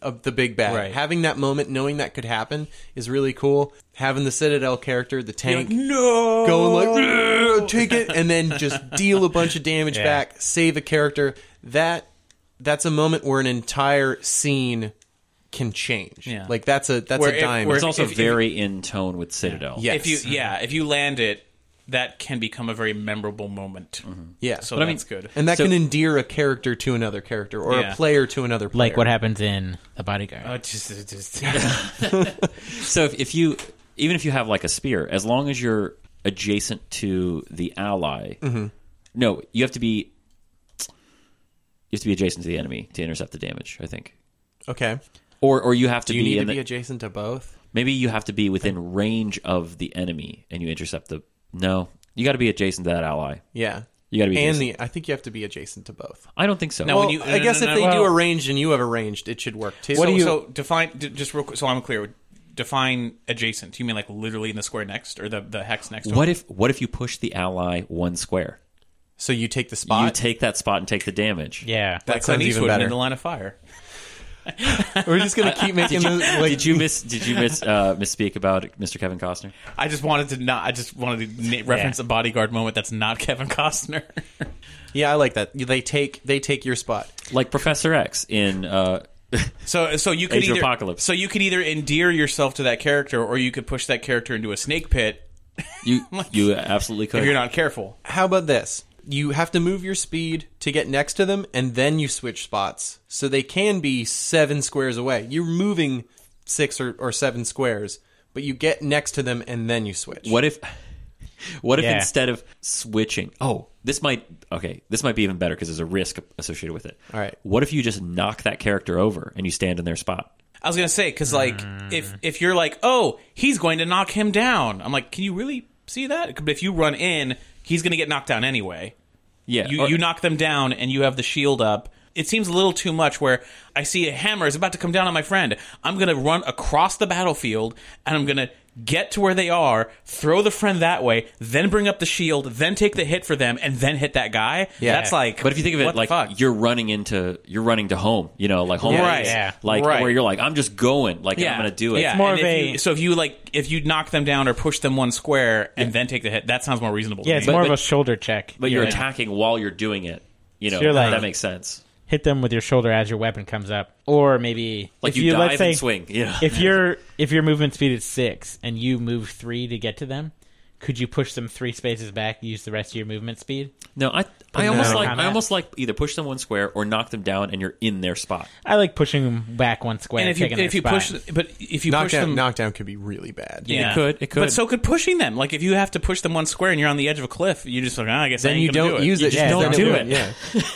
Speaker 4: of the big bad.
Speaker 6: Right.
Speaker 4: Having that moment, knowing that could happen, is really cool. Having the Citadel character, the tank,
Speaker 6: No.
Speaker 4: going like "Ugh," take it and then just deal a bunch of damage back save a character that that's a moment where an entire scene can change
Speaker 6: Yeah.
Speaker 4: like that's a that's
Speaker 6: Where
Speaker 4: a
Speaker 6: if-
Speaker 4: dime
Speaker 6: where
Speaker 2: It's also
Speaker 6: If- if-
Speaker 2: very in tone with Citadel.
Speaker 4: Yeah.
Speaker 6: If you yeah, if you land it, that can become a very memorable moment.
Speaker 4: yeah
Speaker 6: So
Speaker 4: But I mean-
Speaker 6: that's good.
Speaker 4: and that
Speaker 2: so-
Speaker 4: can endear a character to another character or
Speaker 6: Yeah.
Speaker 4: a player to another player
Speaker 5: Like what happens in The Bodyguard.
Speaker 6: Uh, just- just-
Speaker 2: So if, if you even if you have like a spear, as long as you're adjacent to the ally,
Speaker 6: Mm-hmm.
Speaker 2: no, you have to be you have to be adjacent to the enemy to intercept the damage. I think,
Speaker 4: okay
Speaker 2: or or you have to
Speaker 4: do you
Speaker 2: be,
Speaker 4: need to
Speaker 2: in
Speaker 4: be
Speaker 2: the,
Speaker 4: adjacent to both
Speaker 2: maybe you have to be within range of the enemy and you intercept the. No, you got to be adjacent to that ally.
Speaker 4: yeah
Speaker 2: You got to be.
Speaker 4: and
Speaker 2: Adjacent.
Speaker 4: the i think you have to be adjacent to both
Speaker 2: I don't think so.
Speaker 6: No, Well, when you-
Speaker 4: i guess
Speaker 6: no, no,
Speaker 4: if they
Speaker 6: no.
Speaker 4: do a ranged and you have a ranged it should work too
Speaker 6: so,
Speaker 4: so, so-
Speaker 6: so define d- just real quick, so I'm clear. Define adjacent. You mean like literally in the square next or the, the hex next? to
Speaker 2: what
Speaker 6: it?
Speaker 2: if what if you push the ally one square?
Speaker 4: so you take the
Speaker 2: You
Speaker 4: spot
Speaker 2: take that spot and take the damage.
Speaker 5: yeah.
Speaker 4: that
Speaker 6: like
Speaker 4: sounds
Speaker 6: Clint
Speaker 4: even
Speaker 6: Eastwood
Speaker 4: better.
Speaker 6: in the line of fire?
Speaker 4: we're just gonna keep making the like
Speaker 2: Did you miss? Did you miss? Uh, misspeak about Mr. Kevin Costner?
Speaker 6: I just wanted to not. I just wanted to na- reference a bodyguard moment that's not Kevin Costner.
Speaker 4: Yeah, I like that. They take they take your spot.
Speaker 2: like Professor X in uh,
Speaker 6: so so you could
Speaker 2: Age of
Speaker 6: either
Speaker 2: Apocalypse.
Speaker 6: so you could either endear yourself to that character, or you could push that character into a snake pit
Speaker 2: you you absolutely could.
Speaker 6: if you're not careful.
Speaker 4: How about this? You have to move your speed to get next to them, and then you switch spots, so they can be seven squares away. You're moving six or, or seven squares, but you get next to them and then you switch.
Speaker 2: What if what if
Speaker 5: Yeah.
Speaker 2: instead of switching? Oh, this might okay. This might be even better because there's a risk associated with it.
Speaker 4: All right.
Speaker 2: What if you just knock that character over and you stand in their spot?
Speaker 6: I was gonna say because like
Speaker 2: Mm.
Speaker 6: if if you're like oh he's going to knock him down, I'm like can you really see that? But if you run in, he's gonna get knocked down anyway.
Speaker 2: Yeah.
Speaker 6: You
Speaker 2: or-
Speaker 6: you knock them down and you have the shield up. It seems a little too much where I see a hammer is about to come down on my friend. I'm going to run across the battlefield and I'm going to get to where they are, throw the friend that way, then bring up the shield, then take the hit for them and then hit that guy. Yeah. That's like
Speaker 2: But if you think of
Speaker 6: what
Speaker 2: it
Speaker 6: the
Speaker 2: like
Speaker 6: fuck?
Speaker 2: you're running into you're running to home, you know, like home,
Speaker 6: Right.
Speaker 2: runs.
Speaker 6: Yeah.
Speaker 2: like
Speaker 6: Right.
Speaker 2: where you're like I'm just going, like I'm gonna do it.
Speaker 6: Yeah.
Speaker 5: more
Speaker 6: and
Speaker 5: of
Speaker 6: if
Speaker 5: a-
Speaker 6: you- so if you like if you knock them down or push them one square and then take the hit, that sounds more reasonable.
Speaker 5: Yeah,
Speaker 6: to
Speaker 5: it's
Speaker 6: me.
Speaker 5: more of
Speaker 2: but-
Speaker 5: a shoulder check.
Speaker 2: But you're
Speaker 6: Yeah.
Speaker 2: attacking while you're doing it. You know,
Speaker 5: So you're like-
Speaker 2: that makes sense.
Speaker 5: Hit them with your shoulder as your weapon comes up, or maybe
Speaker 2: Like
Speaker 5: if
Speaker 2: you,
Speaker 5: you,
Speaker 2: dive
Speaker 5: let's say
Speaker 2: and swing. Yeah.
Speaker 5: if your if your movement speed is six and you move three to get to them, could you push them three spaces back? Use the rest of your movement speed.
Speaker 2: No, I I almost
Speaker 5: no.
Speaker 2: like I
Speaker 5: Combat.
Speaker 2: almost like either push them one square or knock them down and you're in their spot.
Speaker 5: I like pushing them back one square.
Speaker 6: and if you
Speaker 5: taking their
Speaker 6: if you
Speaker 5: spot.
Speaker 6: push but if you push
Speaker 4: knockdown?
Speaker 6: them
Speaker 4: knockdown could be really bad.
Speaker 6: Yeah.
Speaker 2: could, it could.
Speaker 6: But so could pushing them. Like if you have to push them one square and you're on the edge of a cliff, you just like, ah, I guess I
Speaker 4: Then
Speaker 6: ain't
Speaker 4: you
Speaker 6: gonna
Speaker 4: don't
Speaker 6: do it.
Speaker 4: use it.
Speaker 5: just don't
Speaker 4: then
Speaker 5: do
Speaker 4: would-
Speaker 5: it.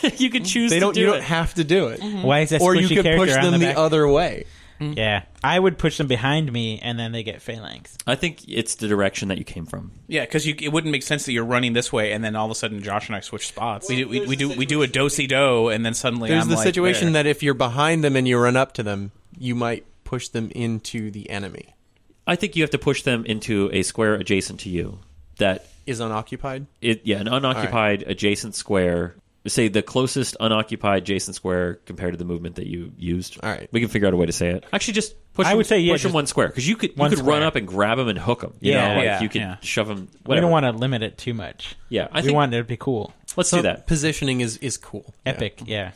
Speaker 4: Yeah,
Speaker 2: you could choose
Speaker 4: they
Speaker 2: to
Speaker 4: don't.
Speaker 2: do
Speaker 4: you don't
Speaker 2: it.
Speaker 4: have to do it.
Speaker 5: why is that
Speaker 4: Or
Speaker 5: squishy
Speaker 4: you could
Speaker 5: character
Speaker 4: push
Speaker 5: on
Speaker 4: them
Speaker 5: the,
Speaker 4: the,
Speaker 5: back?
Speaker 4: other way.
Speaker 5: Yeah, I would push them behind me, and then they get phalanx.
Speaker 2: I think it's the direction that you came from.
Speaker 6: Yeah, because it wouldn't make sense that you're running this way and then all of a sudden Josh and I switch spots. we do we, we do we do a do si do and then suddenly
Speaker 4: There's
Speaker 6: I'm
Speaker 4: the
Speaker 6: like
Speaker 4: situation
Speaker 6: there.
Speaker 4: that if you're behind them and you run up to them, you might push them into the enemy.
Speaker 2: I think you have to push them into a square adjacent to you. That
Speaker 4: Is unoccupied.
Speaker 2: it yeah, an unoccupied adjacent square. Say the closest unoccupied adjacent square compared to the movement that you used.
Speaker 4: All right.
Speaker 2: we can figure out a way to say it. Actually, just push.
Speaker 5: I
Speaker 2: them-
Speaker 5: would say, yeah,
Speaker 2: push them
Speaker 5: just
Speaker 2: one square because you could you
Speaker 5: one
Speaker 2: could run
Speaker 5: square.
Speaker 2: up and grab them and hook them. You
Speaker 5: Yeah,
Speaker 2: know, like
Speaker 6: yeah,
Speaker 2: you could
Speaker 6: yeah.
Speaker 2: shove them. Whatever.
Speaker 5: We don't want to limit it too much.
Speaker 2: Yeah, I
Speaker 5: we
Speaker 2: think-
Speaker 5: want it to be cool,
Speaker 2: Let's do that.
Speaker 4: Positioning is is cool.
Speaker 5: epic. Yeah,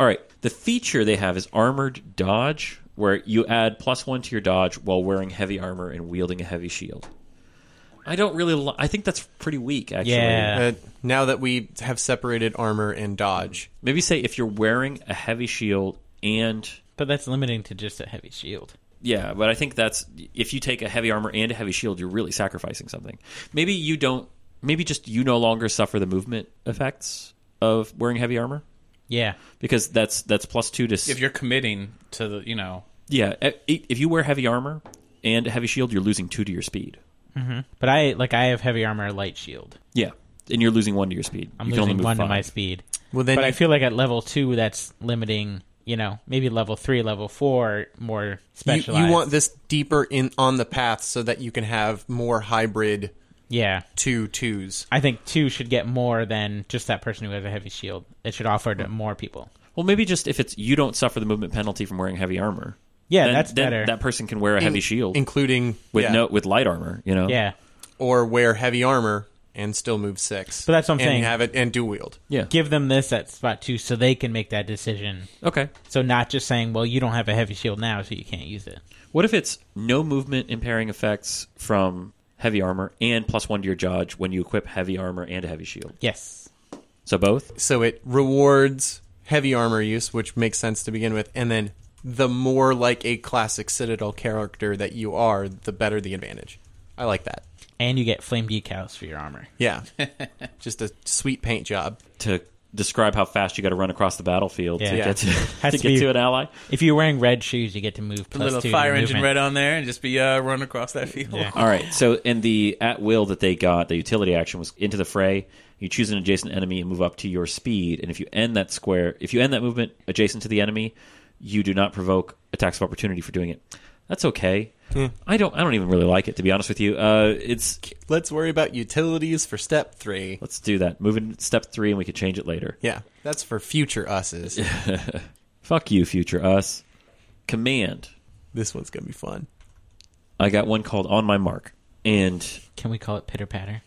Speaker 2: All right. The feature they have is armored dodge, where you add plus one to your dodge while wearing heavy armor and wielding a heavy shield. I don't really. Li- I think that's pretty weak. Actually,
Speaker 5: Yeah.
Speaker 4: Uh, now that we have separated armor and dodge,
Speaker 2: maybe say if you're wearing a heavy shield and
Speaker 5: But that's limiting to just a heavy shield.
Speaker 2: yeah, but I think that's if you take a heavy armor and a heavy shield, you're really sacrificing something. Maybe you don't. Maybe just you no longer suffer the movement effects of wearing heavy armor
Speaker 5: Yeah.
Speaker 2: because that's that's plus two to s-
Speaker 6: if you're committing to the, you know,
Speaker 2: yeah. i- If you wear heavy armor and a heavy shield, you're losing two to your speed.
Speaker 5: But I like I have heavy armor, light shield.
Speaker 2: Yeah, and you're losing one to your speed.
Speaker 5: I'm
Speaker 2: you can only
Speaker 5: losing
Speaker 2: move
Speaker 5: one to
Speaker 2: five.
Speaker 5: my speed.
Speaker 4: well then
Speaker 5: but
Speaker 4: you-
Speaker 5: I feel like at level two, that's limiting. You know, maybe level three, level four, more
Speaker 4: you,
Speaker 5: specialized.
Speaker 4: you want this deeper in on the path so that you can have more hybrid
Speaker 5: yeah.
Speaker 4: two twos.
Speaker 5: I think two should get more than just that person who has a heavy shield. It should offer to more people.
Speaker 2: Well, maybe just if it's you don't suffer the movement penalty from wearing heavy armor.
Speaker 5: Yeah,
Speaker 2: then,
Speaker 5: that's
Speaker 2: then
Speaker 5: better.
Speaker 2: That person can wear a heavy
Speaker 4: In-
Speaker 2: shield
Speaker 4: including
Speaker 2: with
Speaker 4: yeah,
Speaker 2: no with light armor. You know.
Speaker 5: yeah,
Speaker 4: or wear heavy armor and still move six.
Speaker 5: But that's what I'm
Speaker 4: and
Speaker 5: saying.
Speaker 4: Have it and do wield.
Speaker 2: Yeah.
Speaker 5: give them this at spot two so they can make that decision.
Speaker 2: okay.
Speaker 5: So not just saying, well, you don't have a heavy shield now, so you can't use it.
Speaker 2: What if it's no movement impairing effects from heavy armor and plus one to your dodge when you equip heavy armor and a heavy shield?
Speaker 5: Yes.
Speaker 2: So both.
Speaker 4: So it rewards heavy armor use, which makes sense to begin with, and then the more like a classic Citadel character that you are, the better the advantage. I like that.
Speaker 5: And you get flame decals for your armor.
Speaker 4: Yeah, just a sweet paint job.
Speaker 2: To describe how fast you got to run across the battlefield
Speaker 5: Yeah.
Speaker 2: to
Speaker 5: Yeah.
Speaker 2: get to,
Speaker 5: Has
Speaker 2: to
Speaker 5: to
Speaker 2: get
Speaker 5: be-
Speaker 2: to an ally.
Speaker 5: If you're wearing red shoes, you get to move
Speaker 6: a
Speaker 5: plus
Speaker 6: little
Speaker 5: two to
Speaker 6: fire
Speaker 5: your
Speaker 6: engine
Speaker 5: movement.
Speaker 6: red on there and just be uh, running across that field.
Speaker 2: All right. So in the at will that they got, the utility action was into the fray. You choose an adjacent enemy and move up to your speed. And if you end that square, if you end that movement adjacent to the enemy, you do not provoke attacks of opportunity for doing it. That's okay.
Speaker 5: Hmm.
Speaker 2: I don't. I don't even really like it to be honest with you. Uh, it's
Speaker 4: Let's worry about utilities for step three.
Speaker 2: let's do that. Move in step three, and we could change it later.
Speaker 4: Yeah, that's for future us's.
Speaker 2: Fuck you, future us. Command.
Speaker 4: this one's gonna be fun.
Speaker 2: I got one called on my mark, and
Speaker 5: Can we call it pitter patter?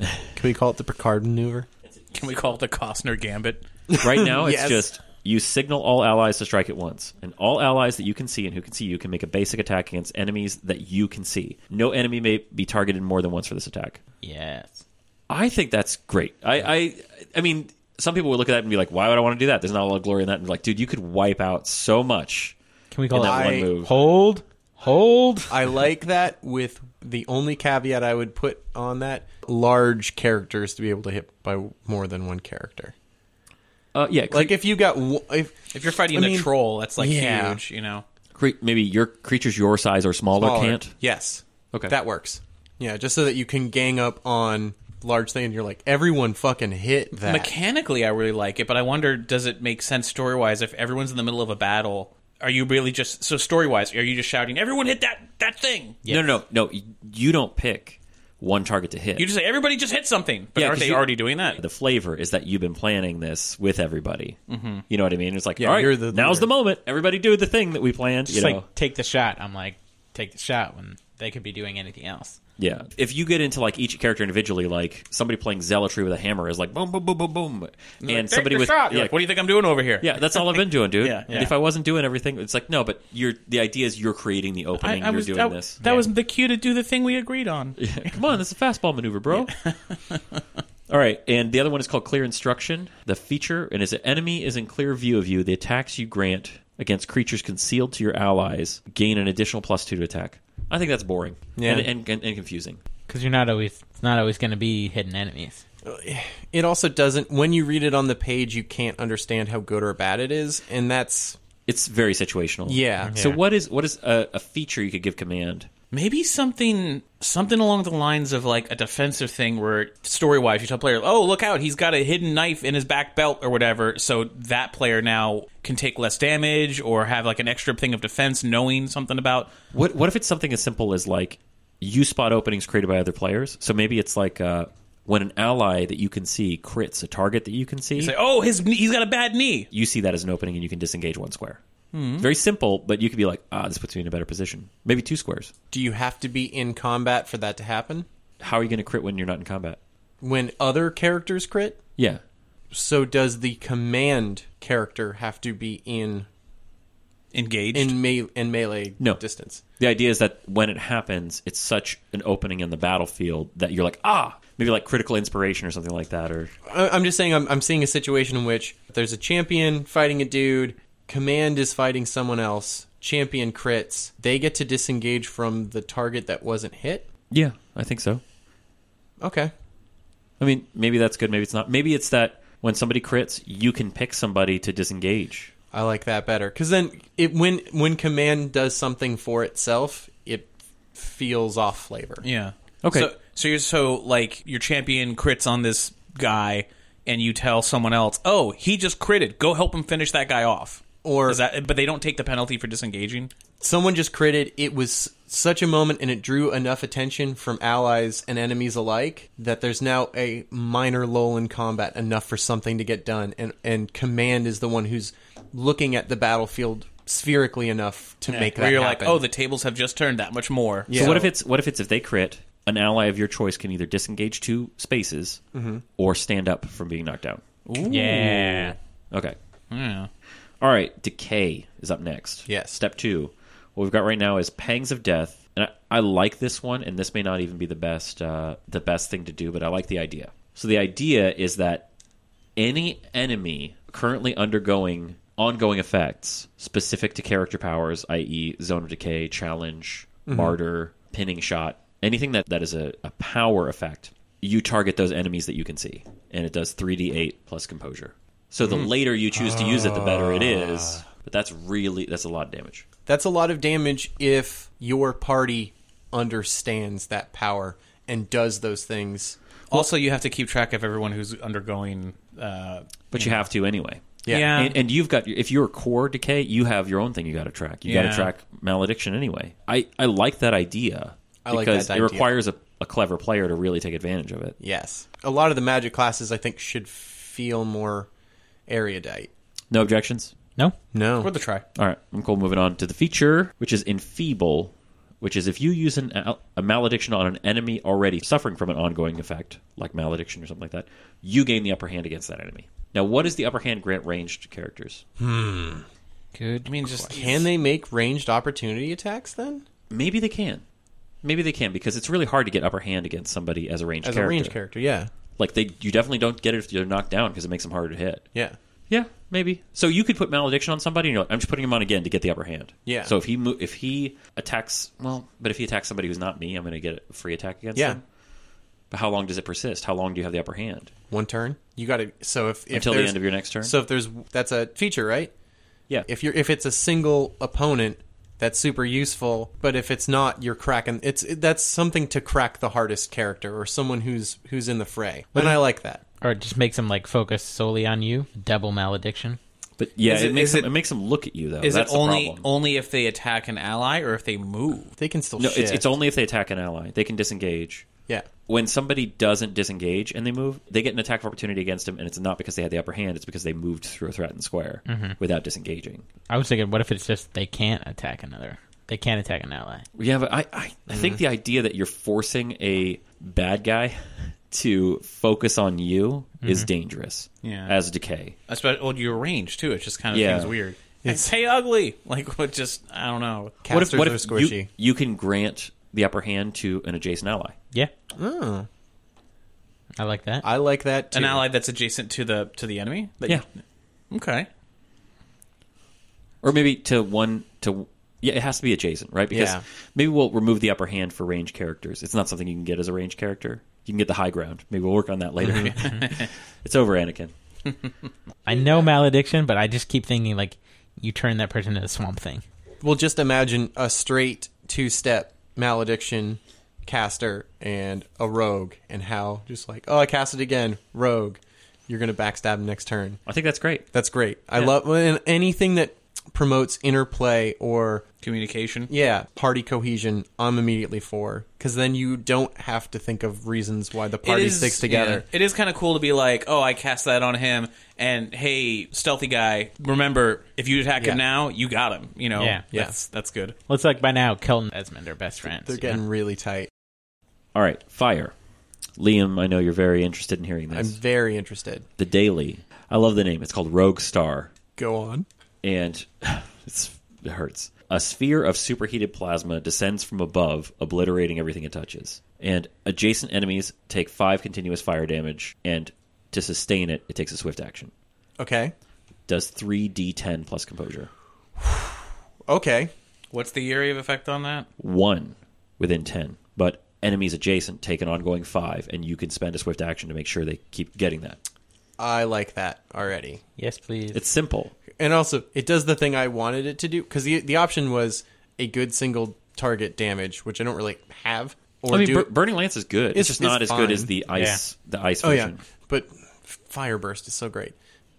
Speaker 4: Can we call it the Picard maneuver?
Speaker 6: Can we call it the Costner Gambit?
Speaker 2: Right now, it's
Speaker 4: Yes.
Speaker 2: just you signal all allies to strike at once, and all allies that you can see and who can see you can make a basic attack against enemies that you can see. No enemy may be targeted more than once for this attack.
Speaker 5: Yes.
Speaker 2: I think that's great. I, I, I mean, some people would look at that and be like, "Why would I want to do that?" There's not a lot of glory in that. And be like, dude, you could wipe out so much
Speaker 5: Can we
Speaker 2: in
Speaker 5: call
Speaker 2: that
Speaker 4: I-
Speaker 5: it
Speaker 2: one move.
Speaker 5: hold? Hold.
Speaker 4: I like that with the only caveat I would put on that large characters to be able to hit by more than one character.
Speaker 2: Uh, yeah, cre-
Speaker 4: Like if you got wo- if
Speaker 6: If you're fighting
Speaker 4: I
Speaker 6: the
Speaker 4: mean,
Speaker 6: troll, that's like
Speaker 4: yeah.
Speaker 6: huge, you know.
Speaker 2: cre- maybe your creatures your size or smaller,
Speaker 4: smaller,
Speaker 2: can't.
Speaker 4: Yes.
Speaker 2: Okay.
Speaker 4: That works. Yeah, just so that you can gang up on large thing and you're like everyone fucking hit that.
Speaker 6: Mechanically, I really like it, but I wonder does it make sense story wise if everyone's in the middle of a battle? Are you really just so story wise? Are you just shouting, "Everyone hit that that thing"?
Speaker 2: No, no, no, no. You don't pick one target to hit.
Speaker 6: You just say, "Everybody just hit something," but aren't
Speaker 2: 'cause
Speaker 6: they
Speaker 2: you-
Speaker 6: already doing that?
Speaker 2: The flavor is that you've been planning this with everybody. Mm-hmm. You know what I mean? It's like,
Speaker 4: Yeah,
Speaker 2: all right,
Speaker 4: you're the
Speaker 2: now's
Speaker 4: leader.
Speaker 2: the moment. Everybody do the thing that we planned.
Speaker 5: Just
Speaker 2: you
Speaker 5: like
Speaker 2: know?
Speaker 5: take the shot. I'm like, take the shot when they could be doing anything else.
Speaker 2: yeah. If you get into like each character individually, like somebody playing zealotry with a hammer is like boom, boom, boom, boom, boom, and,
Speaker 6: Like, "Take
Speaker 2: somebody
Speaker 6: the
Speaker 2: with
Speaker 6: shot. You're
Speaker 2: yeah,
Speaker 6: like, what do you think I'm doing over here?
Speaker 2: yeah, that's all I've been doing, dude.
Speaker 6: Yeah, yeah.
Speaker 2: If I wasn't doing everything, it's like no, but you're the idea is you're creating the opening. you're doing
Speaker 6: that,
Speaker 2: this.
Speaker 6: That was the cue to do the thing we agreed on.
Speaker 2: Come on, this is a fastball maneuver, bro. All right, and the other one is called clear instruction. The feature and is an enemy is in clear view of you. The attacks you grant against creatures concealed to your allies gain an additional plus two to attack. I think that's boring
Speaker 4: Yeah.
Speaker 2: and, and, and, and confusing.
Speaker 5: Because you're not always, it's not always going to be hidden enemies.
Speaker 4: it also doesn't when you read it on the page you can't understand how good or bad it is and that's
Speaker 2: It's very situational.
Speaker 4: Yeah.
Speaker 2: So what is what is a, a feature you could give command?
Speaker 6: Maybe something something along the lines of like a defensive thing where story wise you tell player, Oh, look out, he's got a hidden knife in his back belt or whatever, so that player now can take less damage or have like an extra thing of defense knowing something about
Speaker 2: What what if it's something as simple as like you spot openings created by other players? So maybe it's like uh, when an ally that you can see crits a target that you can see.
Speaker 6: say, Oh, his knee- he's got a bad knee.
Speaker 2: you see that as an opening and you can disengage one square. Very simple, but you could be like, ah, this puts me in a better position. Maybe two squares.
Speaker 4: do you have to be in combat for that to happen?
Speaker 2: How are you going to crit when you're not in combat?
Speaker 4: When other characters crit?
Speaker 2: Yeah.
Speaker 4: So does the command character have to be in
Speaker 6: engaged.
Speaker 4: in me- in melee
Speaker 2: No.
Speaker 4: distance.
Speaker 2: The idea is that when it happens, it's such an opening in the battlefield that you're like, ah, maybe like critical inspiration or something like that, or
Speaker 4: I- I'm just saying I'm, I'm seeing a situation in which there's a champion fighting a dude, command is fighting someone else, champion crits. They get to disengage from the target that wasn't hit.
Speaker 2: yeah, I think so.
Speaker 4: Okay.
Speaker 2: I mean, maybe that's good. Maybe it's not. Maybe it's that when somebody crits, you can pick somebody to disengage.
Speaker 4: I like that better cuz then it when when command does something for itself, it feels off flavor.
Speaker 6: Yeah.
Speaker 2: Okay.
Speaker 6: So, so you're so like your champion crits on this guy, and you tell someone else, "Oh, he just critted. Go help him finish that guy off."
Speaker 4: Or-
Speaker 6: Is that, but they don't take the penalty for disengaging.
Speaker 4: Someone just critted, it was such a moment and it drew enough attention from allies and enemies alike that there's now a minor lull in combat enough for something to get done and and command is the one who's looking at the battlefield spherically enough to make that
Speaker 6: Where you're
Speaker 4: happen.
Speaker 6: like, "Oh, the tables have just turned that much more."
Speaker 4: Yeah.
Speaker 2: So what if it's what if it's if they crit, an ally of your choice can either disengage two spaces
Speaker 4: Mm-hmm.
Speaker 2: or stand up from being knocked out.
Speaker 5: Yeah.
Speaker 2: Okay.
Speaker 6: Yeah.
Speaker 2: All right, Decay is up next.
Speaker 4: Yes.
Speaker 2: Step two. What we've got right now is Pangs of Death, and I, I like this one. And this may not even be the best uh, the best thing to do, but I like the idea. So the idea is that any enemy currently undergoing ongoing effects specific to character powers, i.e., Zone of Decay, Challenge, Martyr, Pinning Shot, anything that that is a, a power effect, you target those enemies that you can see, and it does three d eight plus Composure. So the later you choose to use it, the better it is. But that's really that's a lot of damage.
Speaker 4: That's a lot of damage if your party understands that power and does those things.
Speaker 6: Also, you have to keep track of everyone who's undergoing. Uh,
Speaker 2: But you have to anyway.
Speaker 4: Yeah.
Speaker 2: And, and you've got if you're core decay, you have your own thing you got to track. You got
Speaker 6: Yeah.
Speaker 2: to track malediction anyway. I I like that idea
Speaker 4: I like
Speaker 2: because
Speaker 4: that
Speaker 2: it
Speaker 4: idea.
Speaker 2: requires a, a clever player to really take advantage of it.
Speaker 4: Yes. A lot of the magic classes I think should feel more erudite.
Speaker 2: No objections.
Speaker 5: No.
Speaker 4: No.
Speaker 6: worth a try.
Speaker 2: All right, I'm cool. Moving on to the feature, which is enfeeble, which is if you use an, a malediction on an enemy already suffering from an ongoing effect, like malediction or something like that, you gain the upper hand against that enemy. Now, what is the upper hand grant range to characters?
Speaker 5: Good.
Speaker 6: I mean, just
Speaker 4: Can they make ranged opportunity attacks then?
Speaker 2: Maybe they can. Maybe they can because it's really hard to get upper hand against somebody as a ranged
Speaker 4: As
Speaker 2: character.
Speaker 4: a ranged character, yeah.
Speaker 2: Like they, you definitely don't get it if they're knocked down because it makes them harder to hit.
Speaker 4: Yeah.
Speaker 2: Yeah, maybe. So you could put malediction on somebody, and you're like, I'm just putting him on again to get the upper hand.
Speaker 4: Yeah.
Speaker 2: So if he mo- if he attacks, well, but if he attacks somebody who's not me, I'm going to get a free attack against
Speaker 4: Yeah.
Speaker 2: him. But how long does it persist? How long do you have the upper hand?
Speaker 4: One turn. You got to so if, if
Speaker 2: Until the
Speaker 4: there's-
Speaker 2: end of your next turn?
Speaker 4: So if there's that's a feature, right?
Speaker 2: Yeah.
Speaker 4: If you're if it's a single opponent, that's super useful, but if it's not, you're cracking it's it, that's something to crack the hardest character or someone who's who's in the fray. And I like that.
Speaker 5: Or it just makes them like focus solely on you. Double malediction.
Speaker 2: but yeah,
Speaker 6: Is
Speaker 2: it,
Speaker 6: it-
Speaker 2: makes
Speaker 6: is
Speaker 2: him,
Speaker 6: it-
Speaker 2: it makes him look at you though.
Speaker 6: Is
Speaker 2: That's
Speaker 6: it only
Speaker 2: the problem.
Speaker 6: only if they attack an ally or if they move?
Speaker 4: They can still
Speaker 2: no, it's,
Speaker 4: shift.
Speaker 2: it's only if they attack an ally. They can disengage.
Speaker 4: Yeah.
Speaker 2: When somebody doesn't disengage and they move, they get an attack of opportunity against them, and it's not because they had the upper hand; it's because they moved through a threatened square without disengaging.
Speaker 5: I was thinking, what if it's just they can't attack another? They can't attack an ally.
Speaker 2: Yeah, but I, I, I think the idea that you're forcing a bad guy to focus on you
Speaker 4: Mm-hmm.
Speaker 2: is dangerous.
Speaker 6: Yeah.
Speaker 2: As decay.
Speaker 6: Especially, well, your range too. It just kind of
Speaker 2: Yeah.
Speaker 6: seems weird. It's hey, ugly. Like, what? Just I don't know.
Speaker 4: Casters
Speaker 2: what
Speaker 4: are
Speaker 2: if
Speaker 4: squishy.
Speaker 2: you, you can grant the upper hand to an adjacent ally?
Speaker 5: Yeah.
Speaker 2: Hmm.
Speaker 5: I like that.
Speaker 4: I like that too.
Speaker 6: An ally that's adjacent to the to the enemy. That you- okay.
Speaker 2: Or maybe to one to yeah, it has to be adjacent, right? Because
Speaker 4: Yeah.
Speaker 2: maybe we'll remove the upper hand for range characters. It's not something you can get as a range character. You can get the high ground. Maybe we'll work on that later.
Speaker 4: Mm-hmm.
Speaker 2: it's over, Anakin.
Speaker 5: I know malediction, but I just keep thinking like you turn that person into a swamp thing.
Speaker 4: Well, just imagine a straight two-step malediction caster and a rogue, and how just like, oh, I cast it again, rogue. You're gonna backstab him next turn.
Speaker 2: I think that's great.
Speaker 4: That's great. I love and anything that promotes interplay or
Speaker 6: Communication.
Speaker 4: yeah party cohesion. I'm immediately for because then you don't have to think of reasons why the party sticks together.
Speaker 6: yeah. it is kind of cool to be like, oh, I cast that on him, and hey, stealthy guy, remember if you attack
Speaker 4: Yeah.
Speaker 6: him now, you got him. You know,
Speaker 5: Yeah.
Speaker 4: Yeah.
Speaker 6: that's that's good.
Speaker 5: Well, it's like by now, Kelton and Esmond are best friends.
Speaker 4: They're
Speaker 5: you know?
Speaker 4: getting really tight.
Speaker 2: All right, fire. Liam, I know you're very interested in hearing this.
Speaker 4: I'm very interested.
Speaker 2: The Daily. I love the name. It's called Rogue Star,
Speaker 4: Go on.
Speaker 2: and it's it hurts. A sphere of superheated plasma descends from above, obliterating everything it touches. And adjacent enemies take five continuous fire damage, and to sustain it, it takes a swift action.
Speaker 4: Okay.
Speaker 2: Does three d10 plus composure.
Speaker 4: Okay.
Speaker 6: What's the area of effect on that?
Speaker 2: One within ten, but enemies adjacent take an ongoing five, and you can spend a swift action to make sure they keep getting that.
Speaker 4: I like that already.
Speaker 5: Yes, please.
Speaker 2: It's simple.
Speaker 4: And also, it does the thing I wanted it to do because the the option was a good single target damage, which I don't really have. Or
Speaker 2: I mean,
Speaker 4: do
Speaker 2: bur- oh, Burning Lance is good. It's,
Speaker 4: It's-
Speaker 2: just not
Speaker 4: it's
Speaker 2: as good as
Speaker 4: fine.
Speaker 2: the ice. The ice
Speaker 4: Oh yeah,
Speaker 2: version.
Speaker 4: but fire burst is so great,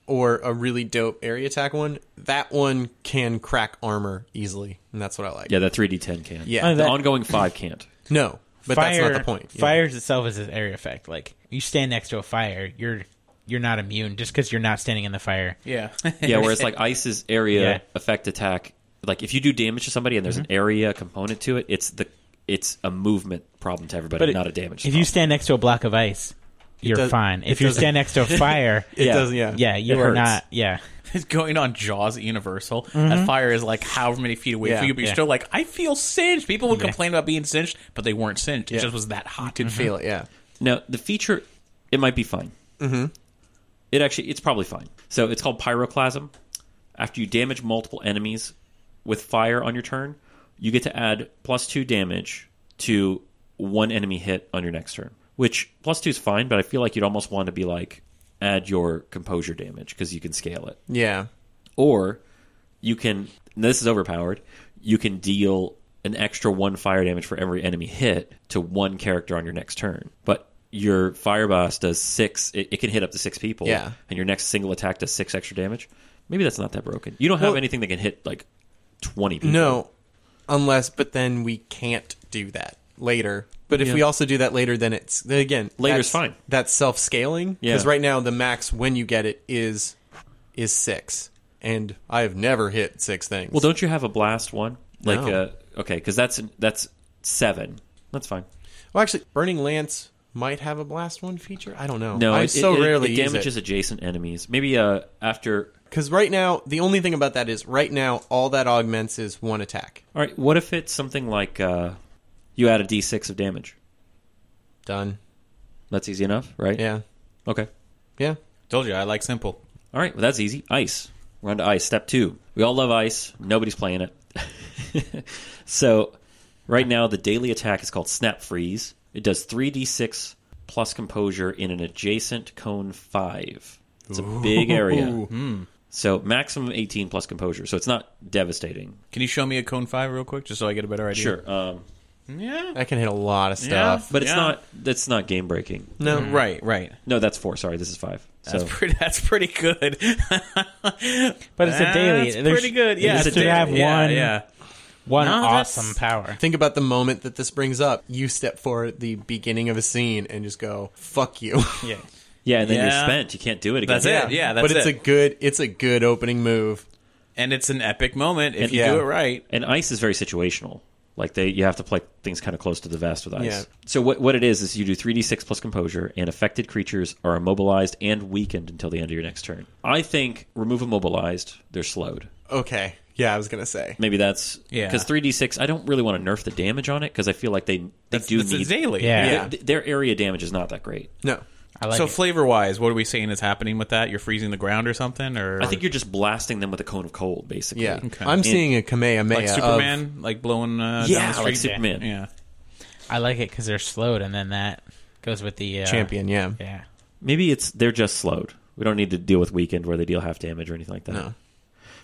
Speaker 4: or a really dope area attack one. That one can crack armor easily, and that's what I like.
Speaker 2: Yeah, that 3d10 can.
Speaker 4: Yeah.
Speaker 2: the
Speaker 5: Oh, that-
Speaker 2: ongoing 5 can't.
Speaker 4: No, but that's not the point. Yeah.
Speaker 5: Fires itself is an area effect. Like you stand next to a fire, you're you're not immune just because you're not standing in the fire.
Speaker 6: Yeah.
Speaker 2: Yeah, whereas like ice's area
Speaker 5: Yeah. Mm-hmm.
Speaker 2: effect attack, like if you do damage to somebody and there's an area component to it, it's the it's a movement problem to everybody,
Speaker 5: it-
Speaker 2: not a damage.
Speaker 5: If you
Speaker 2: problem.
Speaker 5: stand next to a block of ice, you're
Speaker 4: does-
Speaker 5: fine.
Speaker 4: it
Speaker 5: If you
Speaker 4: doesn't-
Speaker 5: stand next to a fire,
Speaker 4: It
Speaker 2: Yeah.
Speaker 4: doesn't. Yeah.
Speaker 5: yeah, you
Speaker 2: It
Speaker 5: are
Speaker 2: hurts.
Speaker 5: not. Yeah,
Speaker 6: it's going on Jaws at Universal. That fire is like however many feet away
Speaker 4: Yeah.
Speaker 6: from you, but you're
Speaker 5: Yeah.
Speaker 6: still like, I feel singed. People would complain about being singed, but they weren't singed. It
Speaker 4: Yeah.
Speaker 6: just was that hot. Mm-hmm.
Speaker 4: Could feel it. Yeah.
Speaker 2: Now the feature, it might be fine. Mm-hmm. It actually, it's probably fine. So it's called pyroclasm. After you damage multiple enemies with fire on your turn, you get to add plus two damage to one enemy hit on your next turn. Which plus two is fine, but I feel like you'd almost want to be like add your composure damage because you can scale it
Speaker 4: Yeah.
Speaker 2: or you can and this is overpowered you can deal an extra one fire damage for every enemy hit to one character on your next turn but your fire boss does six it, it can hit up to six people
Speaker 4: Yeah.
Speaker 2: and your next single attack does six extra damage maybe that's not that broken you don't have
Speaker 4: Well-
Speaker 2: anything that can hit like 20 people
Speaker 4: No, unless but then we can't do that later. But if we also do that later, then it's then again
Speaker 2: Later's
Speaker 4: that's-
Speaker 2: fine.
Speaker 4: That's self scaling because
Speaker 2: Yeah.
Speaker 4: right now the max when you get it is is six, and I have never hit six things.
Speaker 2: well don't you have a blast one like
Speaker 4: No.
Speaker 2: uh okay because that's that's seven that's fine
Speaker 4: Well, actually, Burning Lance might have a blast one feature. I don't know.
Speaker 2: no
Speaker 4: I
Speaker 2: it,
Speaker 4: so
Speaker 2: it- it-
Speaker 4: rarely
Speaker 2: it damages adjacent enemies maybe uh after
Speaker 4: because right now the only thing about that is right now all that augments is one attack.
Speaker 2: all right what if it's something like uh you add a d6 of damage
Speaker 4: Done.
Speaker 2: That's easy enough, right?
Speaker 4: Yeah.
Speaker 2: Okay.
Speaker 4: Yeah.
Speaker 6: Told you, I like simple.
Speaker 2: All right. Well, that's easy. Ice. We're on to ice. Step two. We all love ice. Nobody's playing it. so, right now, the daily attack is called Snap Freeze. It does 3d6 plus composure in an adjacent cone 5. It's a big area. So, maximum 18 plus composure. So, it's not devastating.
Speaker 6: Can you show me a cone five real quick, just so I get a better idea?
Speaker 2: Sure. Um,
Speaker 6: Yeah.
Speaker 4: I can hit a lot of
Speaker 6: Yeah.
Speaker 4: stuff.
Speaker 2: but it's
Speaker 6: Yeah.
Speaker 2: not that's not game breaking.
Speaker 4: No.
Speaker 6: Right. Right.
Speaker 2: No, that's 4. Sorry, this is 5.
Speaker 6: That's
Speaker 2: so,
Speaker 6: pretty. That's pretty good.
Speaker 5: but it's a daily.
Speaker 6: That's
Speaker 5: There's-
Speaker 6: pretty good. Yeah.
Speaker 5: it's
Speaker 6: it's
Speaker 5: to
Speaker 6: a
Speaker 5: have
Speaker 6: daily. Yeah,
Speaker 5: one
Speaker 6: Yeah.
Speaker 5: one
Speaker 6: No, that's-
Speaker 5: awesome power.
Speaker 4: Think about the moment that this brings up. You step forward at the beginning of a scene and just go, "Fuck you."
Speaker 5: Yeah,
Speaker 2: yeah, and then
Speaker 6: Yeah.
Speaker 2: you're spent. You can't do it again.
Speaker 6: That's it. Yeah. That's
Speaker 4: but it's
Speaker 6: it.
Speaker 4: a good, it's a good opening move.
Speaker 6: and it's an epic moment if
Speaker 2: And-
Speaker 6: you
Speaker 4: Yeah.
Speaker 6: do it right.
Speaker 2: And ice is very situational. Like they, you have to play things kind of close to the vest with ice.
Speaker 4: Yeah.
Speaker 2: So what what it is is you do three d six plus composure, and affected creatures are immobilized and weakened until the end of your next turn. I think remove immobilized, they're slowed.
Speaker 4: Okay. Yeah, I was gonna say.
Speaker 2: Maybe that's
Speaker 6: Yeah.
Speaker 2: Because three d six, I don't really want to nerf the damage on it because I feel like they they
Speaker 6: That's,
Speaker 2: do
Speaker 6: that's a
Speaker 2: need
Speaker 6: daily.
Speaker 5: Yeah.
Speaker 2: Their, their area damage is not that great.
Speaker 4: No.
Speaker 5: I like
Speaker 6: so
Speaker 5: it.
Speaker 6: flavor wise, what are we saying is happening with that? You're freezing the ground or something, or
Speaker 2: I think you're just blasting them with a cone of cold, basically.
Speaker 4: Yeah.
Speaker 6: Okay.
Speaker 4: I'm
Speaker 2: And-
Speaker 4: seeing a Kamehameha.
Speaker 6: like
Speaker 4: of-
Speaker 6: Superman, like blowing uh, down
Speaker 2: yeah,
Speaker 6: the street.
Speaker 2: like Superman.
Speaker 6: Yeah.
Speaker 5: I like it because they're slowed, and then that goes with the uh,
Speaker 4: champion. Yeah.
Speaker 5: Yeah,
Speaker 2: Maybe it's they're just slowed. We don't need to deal with weakened where they deal half damage or anything like that.
Speaker 4: No.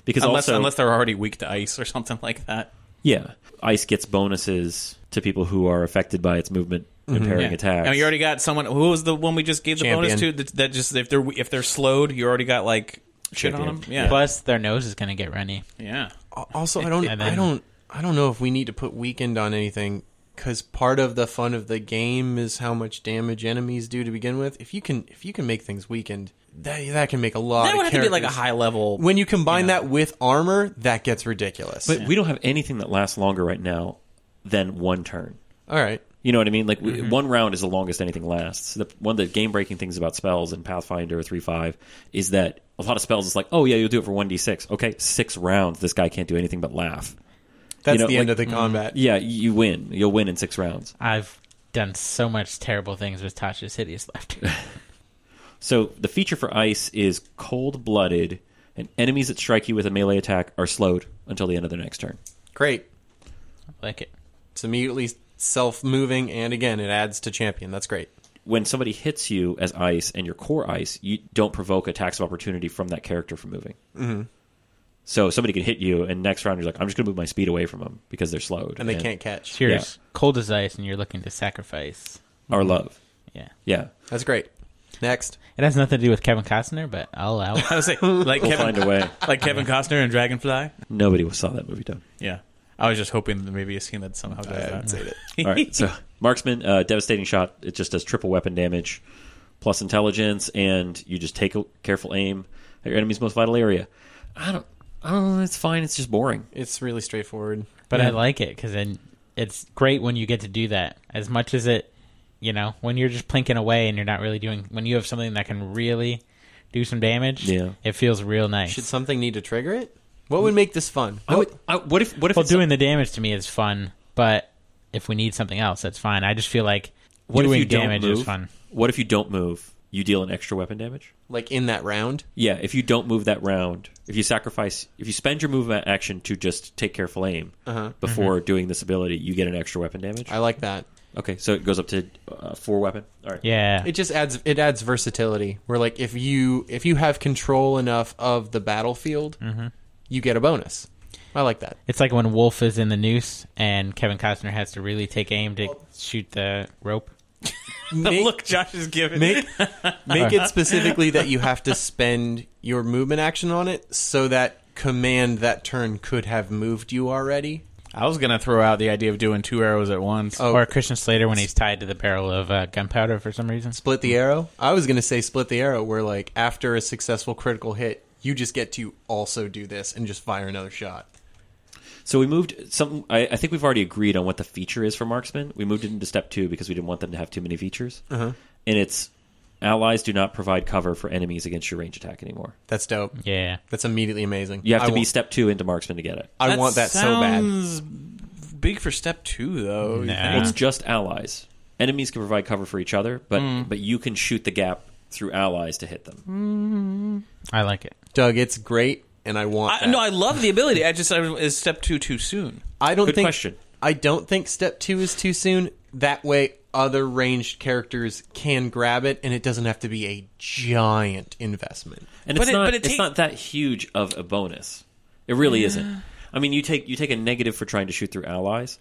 Speaker 2: Because
Speaker 6: Unless
Speaker 2: also,
Speaker 6: unless they're already weak to ice or something like that.
Speaker 2: Yeah. Ice gets bonuses to people who are affected by its movement impairing
Speaker 6: Mm-hmm. Yeah.
Speaker 2: attacks.
Speaker 6: I mean, you already got someone. Who was the one we just gave the bonus to?
Speaker 4: Champion.
Speaker 6: That, that just if they're if they're slowed, you already got like shit on
Speaker 2: Champion.
Speaker 6: them. Yeah.
Speaker 5: Plus, their nose is going to get runny.
Speaker 6: yeah.
Speaker 4: Al- Also, I don't,
Speaker 5: And then-
Speaker 4: I don't, I don't know if we need to put weakened on anything because part of the fun of the game is how much damage enemies do to begin with. If you can, if you can make things weakened, that that can make a lot.
Speaker 6: That
Speaker 4: of
Speaker 6: would have to be like a
Speaker 4: characters.
Speaker 6: high level.
Speaker 4: When you combine that with armor, that gets ridiculous.
Speaker 2: but we don't have anything that lasts longer right now than one turn.
Speaker 4: All right.
Speaker 2: You know what I mean? Like
Speaker 6: Mm-hmm.
Speaker 2: we, one round is the longest anything lasts. The, one of the game breaking things about spells in Pathfinder three five is that a lot of spells is like, oh yeah, you'll do it for one d six. Okay, six rounds. This guy can't do anything but laugh.
Speaker 4: That's
Speaker 2: know,
Speaker 4: the end
Speaker 2: like- mm.
Speaker 4: of the combat.
Speaker 2: Yeah, you win. You'll win in six rounds.
Speaker 5: I've done so much terrible things with Tasha's hideous laughter.
Speaker 2: So the feature for ice is cold blooded, and enemies that strike you with a melee attack are slowed until the end of their next turn.
Speaker 4: Great.
Speaker 5: like it.
Speaker 4: It's immediately self moving, and again, it adds to champion. That's great.
Speaker 2: When somebody hits you as ice and your core ice, you don't provoke attacks of opportunity from that character from moving. Mm-hmm. So somebody can hit you, and next round you're like, I'm just going to move my speed away from them because they're slowed.
Speaker 4: And they can't catch.
Speaker 5: Cheers. Cold as ice, and you're looking to sacrifice.
Speaker 2: Our love.
Speaker 5: Yeah.
Speaker 2: Yeah.
Speaker 4: That's great. Next.
Speaker 5: It has nothing to do with Kevin Costner, but I'll allow it.
Speaker 6: I was like, like
Speaker 2: We'll
Speaker 6: Kevin,
Speaker 2: find a way.
Speaker 6: like Kevin Costner and Dragonfly.
Speaker 2: Nobody saw that movie, done.
Speaker 6: Yeah, I was just hoping that maybe a scene that somehow does that.
Speaker 2: All right. So marksman, uh, devastating shot. It just does triple weapon damage, plus intelligence, and you just take a careful aim at your enemy's most vital area. I don't. I don't know. It's fine. It's just boring.
Speaker 4: It's really straightforward.
Speaker 5: But I like it because then it's great when you get to do that. As much as it, you know, when you're just plinking away and you're not really doing, when you have something that can really do some damage,
Speaker 2: Yeah.
Speaker 5: it feels real nice.
Speaker 4: Should something need to trigger it? What would make this fun?
Speaker 2: I would, I, what if? What if?
Speaker 5: well,
Speaker 2: it's-
Speaker 5: doing the damage to me is fun, but if we need something else, that's fine. I just feel like
Speaker 2: what if
Speaker 5: doing
Speaker 2: you don't
Speaker 5: damage
Speaker 2: move?
Speaker 5: is fun.
Speaker 2: What if you don't move? You deal an extra weapon damage.
Speaker 4: Like in that round?
Speaker 2: Yeah. If you don't move that round, if you sacrifice, if you spend your movement action to just take careful aim before doing this ability, you get an extra weapon damage.
Speaker 4: I like that.
Speaker 2: okay, so it goes up to uh, four weapon. All right.
Speaker 5: Yeah.
Speaker 4: It just adds it adds versatility. Where like if you if you have control enough of the battlefield,
Speaker 2: Mm-hmm.
Speaker 4: you get a bonus. I like that.
Speaker 5: It's like when Wolf is in the noose and Kevin Costner has to really take aim to shoot the rope.
Speaker 4: Make-
Speaker 6: Look, Josh is giving.
Speaker 4: make make it specifically that you have to spend your movement action on it so that command that turn could have moved you already.
Speaker 6: I was gonna throw out the idea of doing two arrows at once.
Speaker 4: Oh.
Speaker 5: Or Christian Slater when he's tied to the barrel of uh, gunpowder for some reason.
Speaker 4: Split the arrow. I was gonna say split the arrow, where like after a successful critical hit, you just get to also do this and just fire another shot.
Speaker 2: So we moved some. I, I think we've already agreed on what the feature is for marksman. We moved it into step two because we didn't want them to have too many features.
Speaker 6: Uh-huh.
Speaker 2: And it's allies do not provide cover for enemies against your range attack anymore.
Speaker 4: That's dope.
Speaker 5: Yeah.
Speaker 4: That's immediately amazing.
Speaker 2: You have
Speaker 4: I
Speaker 2: to be
Speaker 4: want-
Speaker 2: step two into marksman to get it.
Speaker 4: I want that so bad.
Speaker 6: sounds Big for step two though. you
Speaker 5: Nah.
Speaker 2: Well, it's just allies. Enemies can provide cover for each other, but
Speaker 6: Mm.
Speaker 2: but you can shoot the gap through allies to hit them.
Speaker 5: I like it.
Speaker 4: Doug, it's great, and I want.
Speaker 6: I,
Speaker 4: that.
Speaker 6: no, I love the ability. I just I, is step two too soon.
Speaker 4: I don't
Speaker 2: Good
Speaker 4: think.
Speaker 2: question.
Speaker 4: I don't think step two is too soon. That way, other ranged characters can grab it, and it doesn't have to be a giant investment.
Speaker 2: And
Speaker 6: But
Speaker 2: it's
Speaker 6: it-
Speaker 2: not
Speaker 6: but it
Speaker 2: it's
Speaker 6: take-
Speaker 2: not that huge of a bonus. It really isn't. I mean, you take you take a negative for trying to shoot through allies.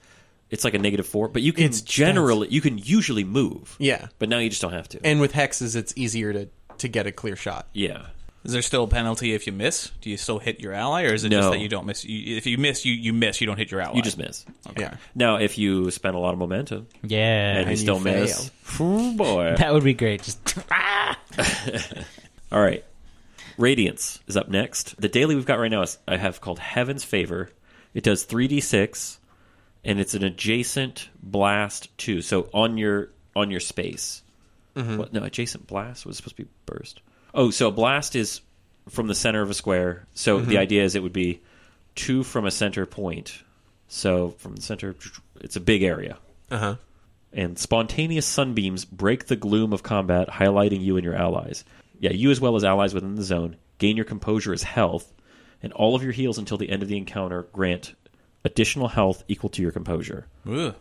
Speaker 2: It's like a negative four, but you can
Speaker 4: It's-
Speaker 2: generally you can usually move.
Speaker 4: Yeah.
Speaker 2: but now you just don't have to.
Speaker 4: And with hexes, it's easier to to get a clear shot.
Speaker 2: yeah,
Speaker 6: Is there still a penalty if you miss? Do you still hit your ally, or is it
Speaker 2: No.
Speaker 6: just that you don't miss? You, if you miss, you, you miss. You don't hit your ally.
Speaker 2: you just miss.
Speaker 4: Yeah.
Speaker 2: Now, if you spend a lot of momentum
Speaker 5: Yeah.
Speaker 2: and you still
Speaker 4: you
Speaker 2: miss, oh boy.
Speaker 5: That would be great. Just ah!
Speaker 2: All right. Radiance is up next. The daily we've got right now is I have called Heaven's Favor. It does 3d6 and it's an adjacent blast too. So on your on your space. What, no, adjacent blast was supposed to be burst. Oh, so a blast is from the center of a square. So the idea is it would be two from a center point. So from the center it's a big area.
Speaker 4: Uh huh.
Speaker 2: and spontaneous sunbeams break the gloom of combat, highlighting you and your allies. Yeah, you as well as allies within the zone gain your composure as health, and all of your heals until the end of the encounter grant additional health equal to your composure.
Speaker 6: Ugh.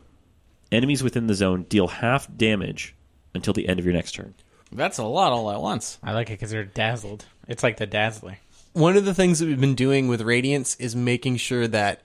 Speaker 2: Enemies within the zone deal half damage until the end of your next turn.
Speaker 6: That's a lot all at once.
Speaker 5: I like it because they're dazzled. It's like the dazzler.
Speaker 4: One of the things that we've been doing with Radiance is making sure that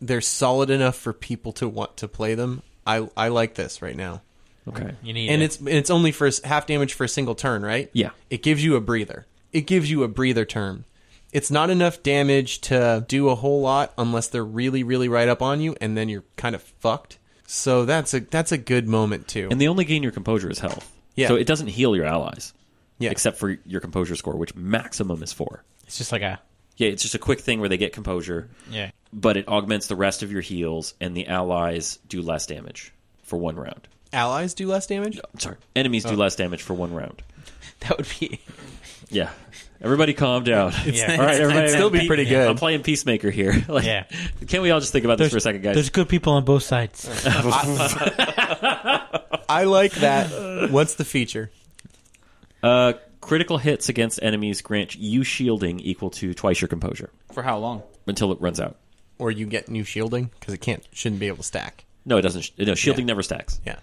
Speaker 4: they're solid enough for people to want to play them. I I like this right now.
Speaker 2: Okay.
Speaker 5: You need
Speaker 4: and
Speaker 5: it.
Speaker 4: it's it's only for s- half damage for a single turn, right?
Speaker 2: Yeah.
Speaker 4: It gives you a breather. It gives you a breather turn. It's not enough damage to do a whole lot unless they're really really right up on you, and then you're kind of fucked. So that's a that's a good moment too.
Speaker 2: And they only gain your composure as health.
Speaker 4: Yeah.
Speaker 2: So it doesn't heal your allies.
Speaker 4: Yeah.
Speaker 2: Except for your composure score, which maximum is four.
Speaker 5: It's just like a
Speaker 2: Yeah, it's just a quick thing where they get composure.
Speaker 5: yeah.
Speaker 2: but it augments the rest of your heals and the allies do less damage for one round.
Speaker 4: Allies do less damage?
Speaker 2: I'm sorry, enemies
Speaker 4: Oh.
Speaker 2: do less damage for one round.
Speaker 5: That would be
Speaker 2: Yeah, everybody, calm down. All right, everybody,
Speaker 4: It'd still be pretty good.
Speaker 2: I'm playing peacemaker here. Like,
Speaker 5: Yeah.
Speaker 2: Can we all just think about this for a second, guys?
Speaker 5: There's good people on both sides.
Speaker 4: I like that. What's the feature?
Speaker 2: Uh, critical hits against enemies grant you shielding equal to twice your composure
Speaker 6: For how long?
Speaker 2: until it runs out.
Speaker 4: Or you get new shielding because it can't shouldn't be able to stack.
Speaker 2: No, it doesn't. sh- No, shielding never stacks.
Speaker 4: Yeah,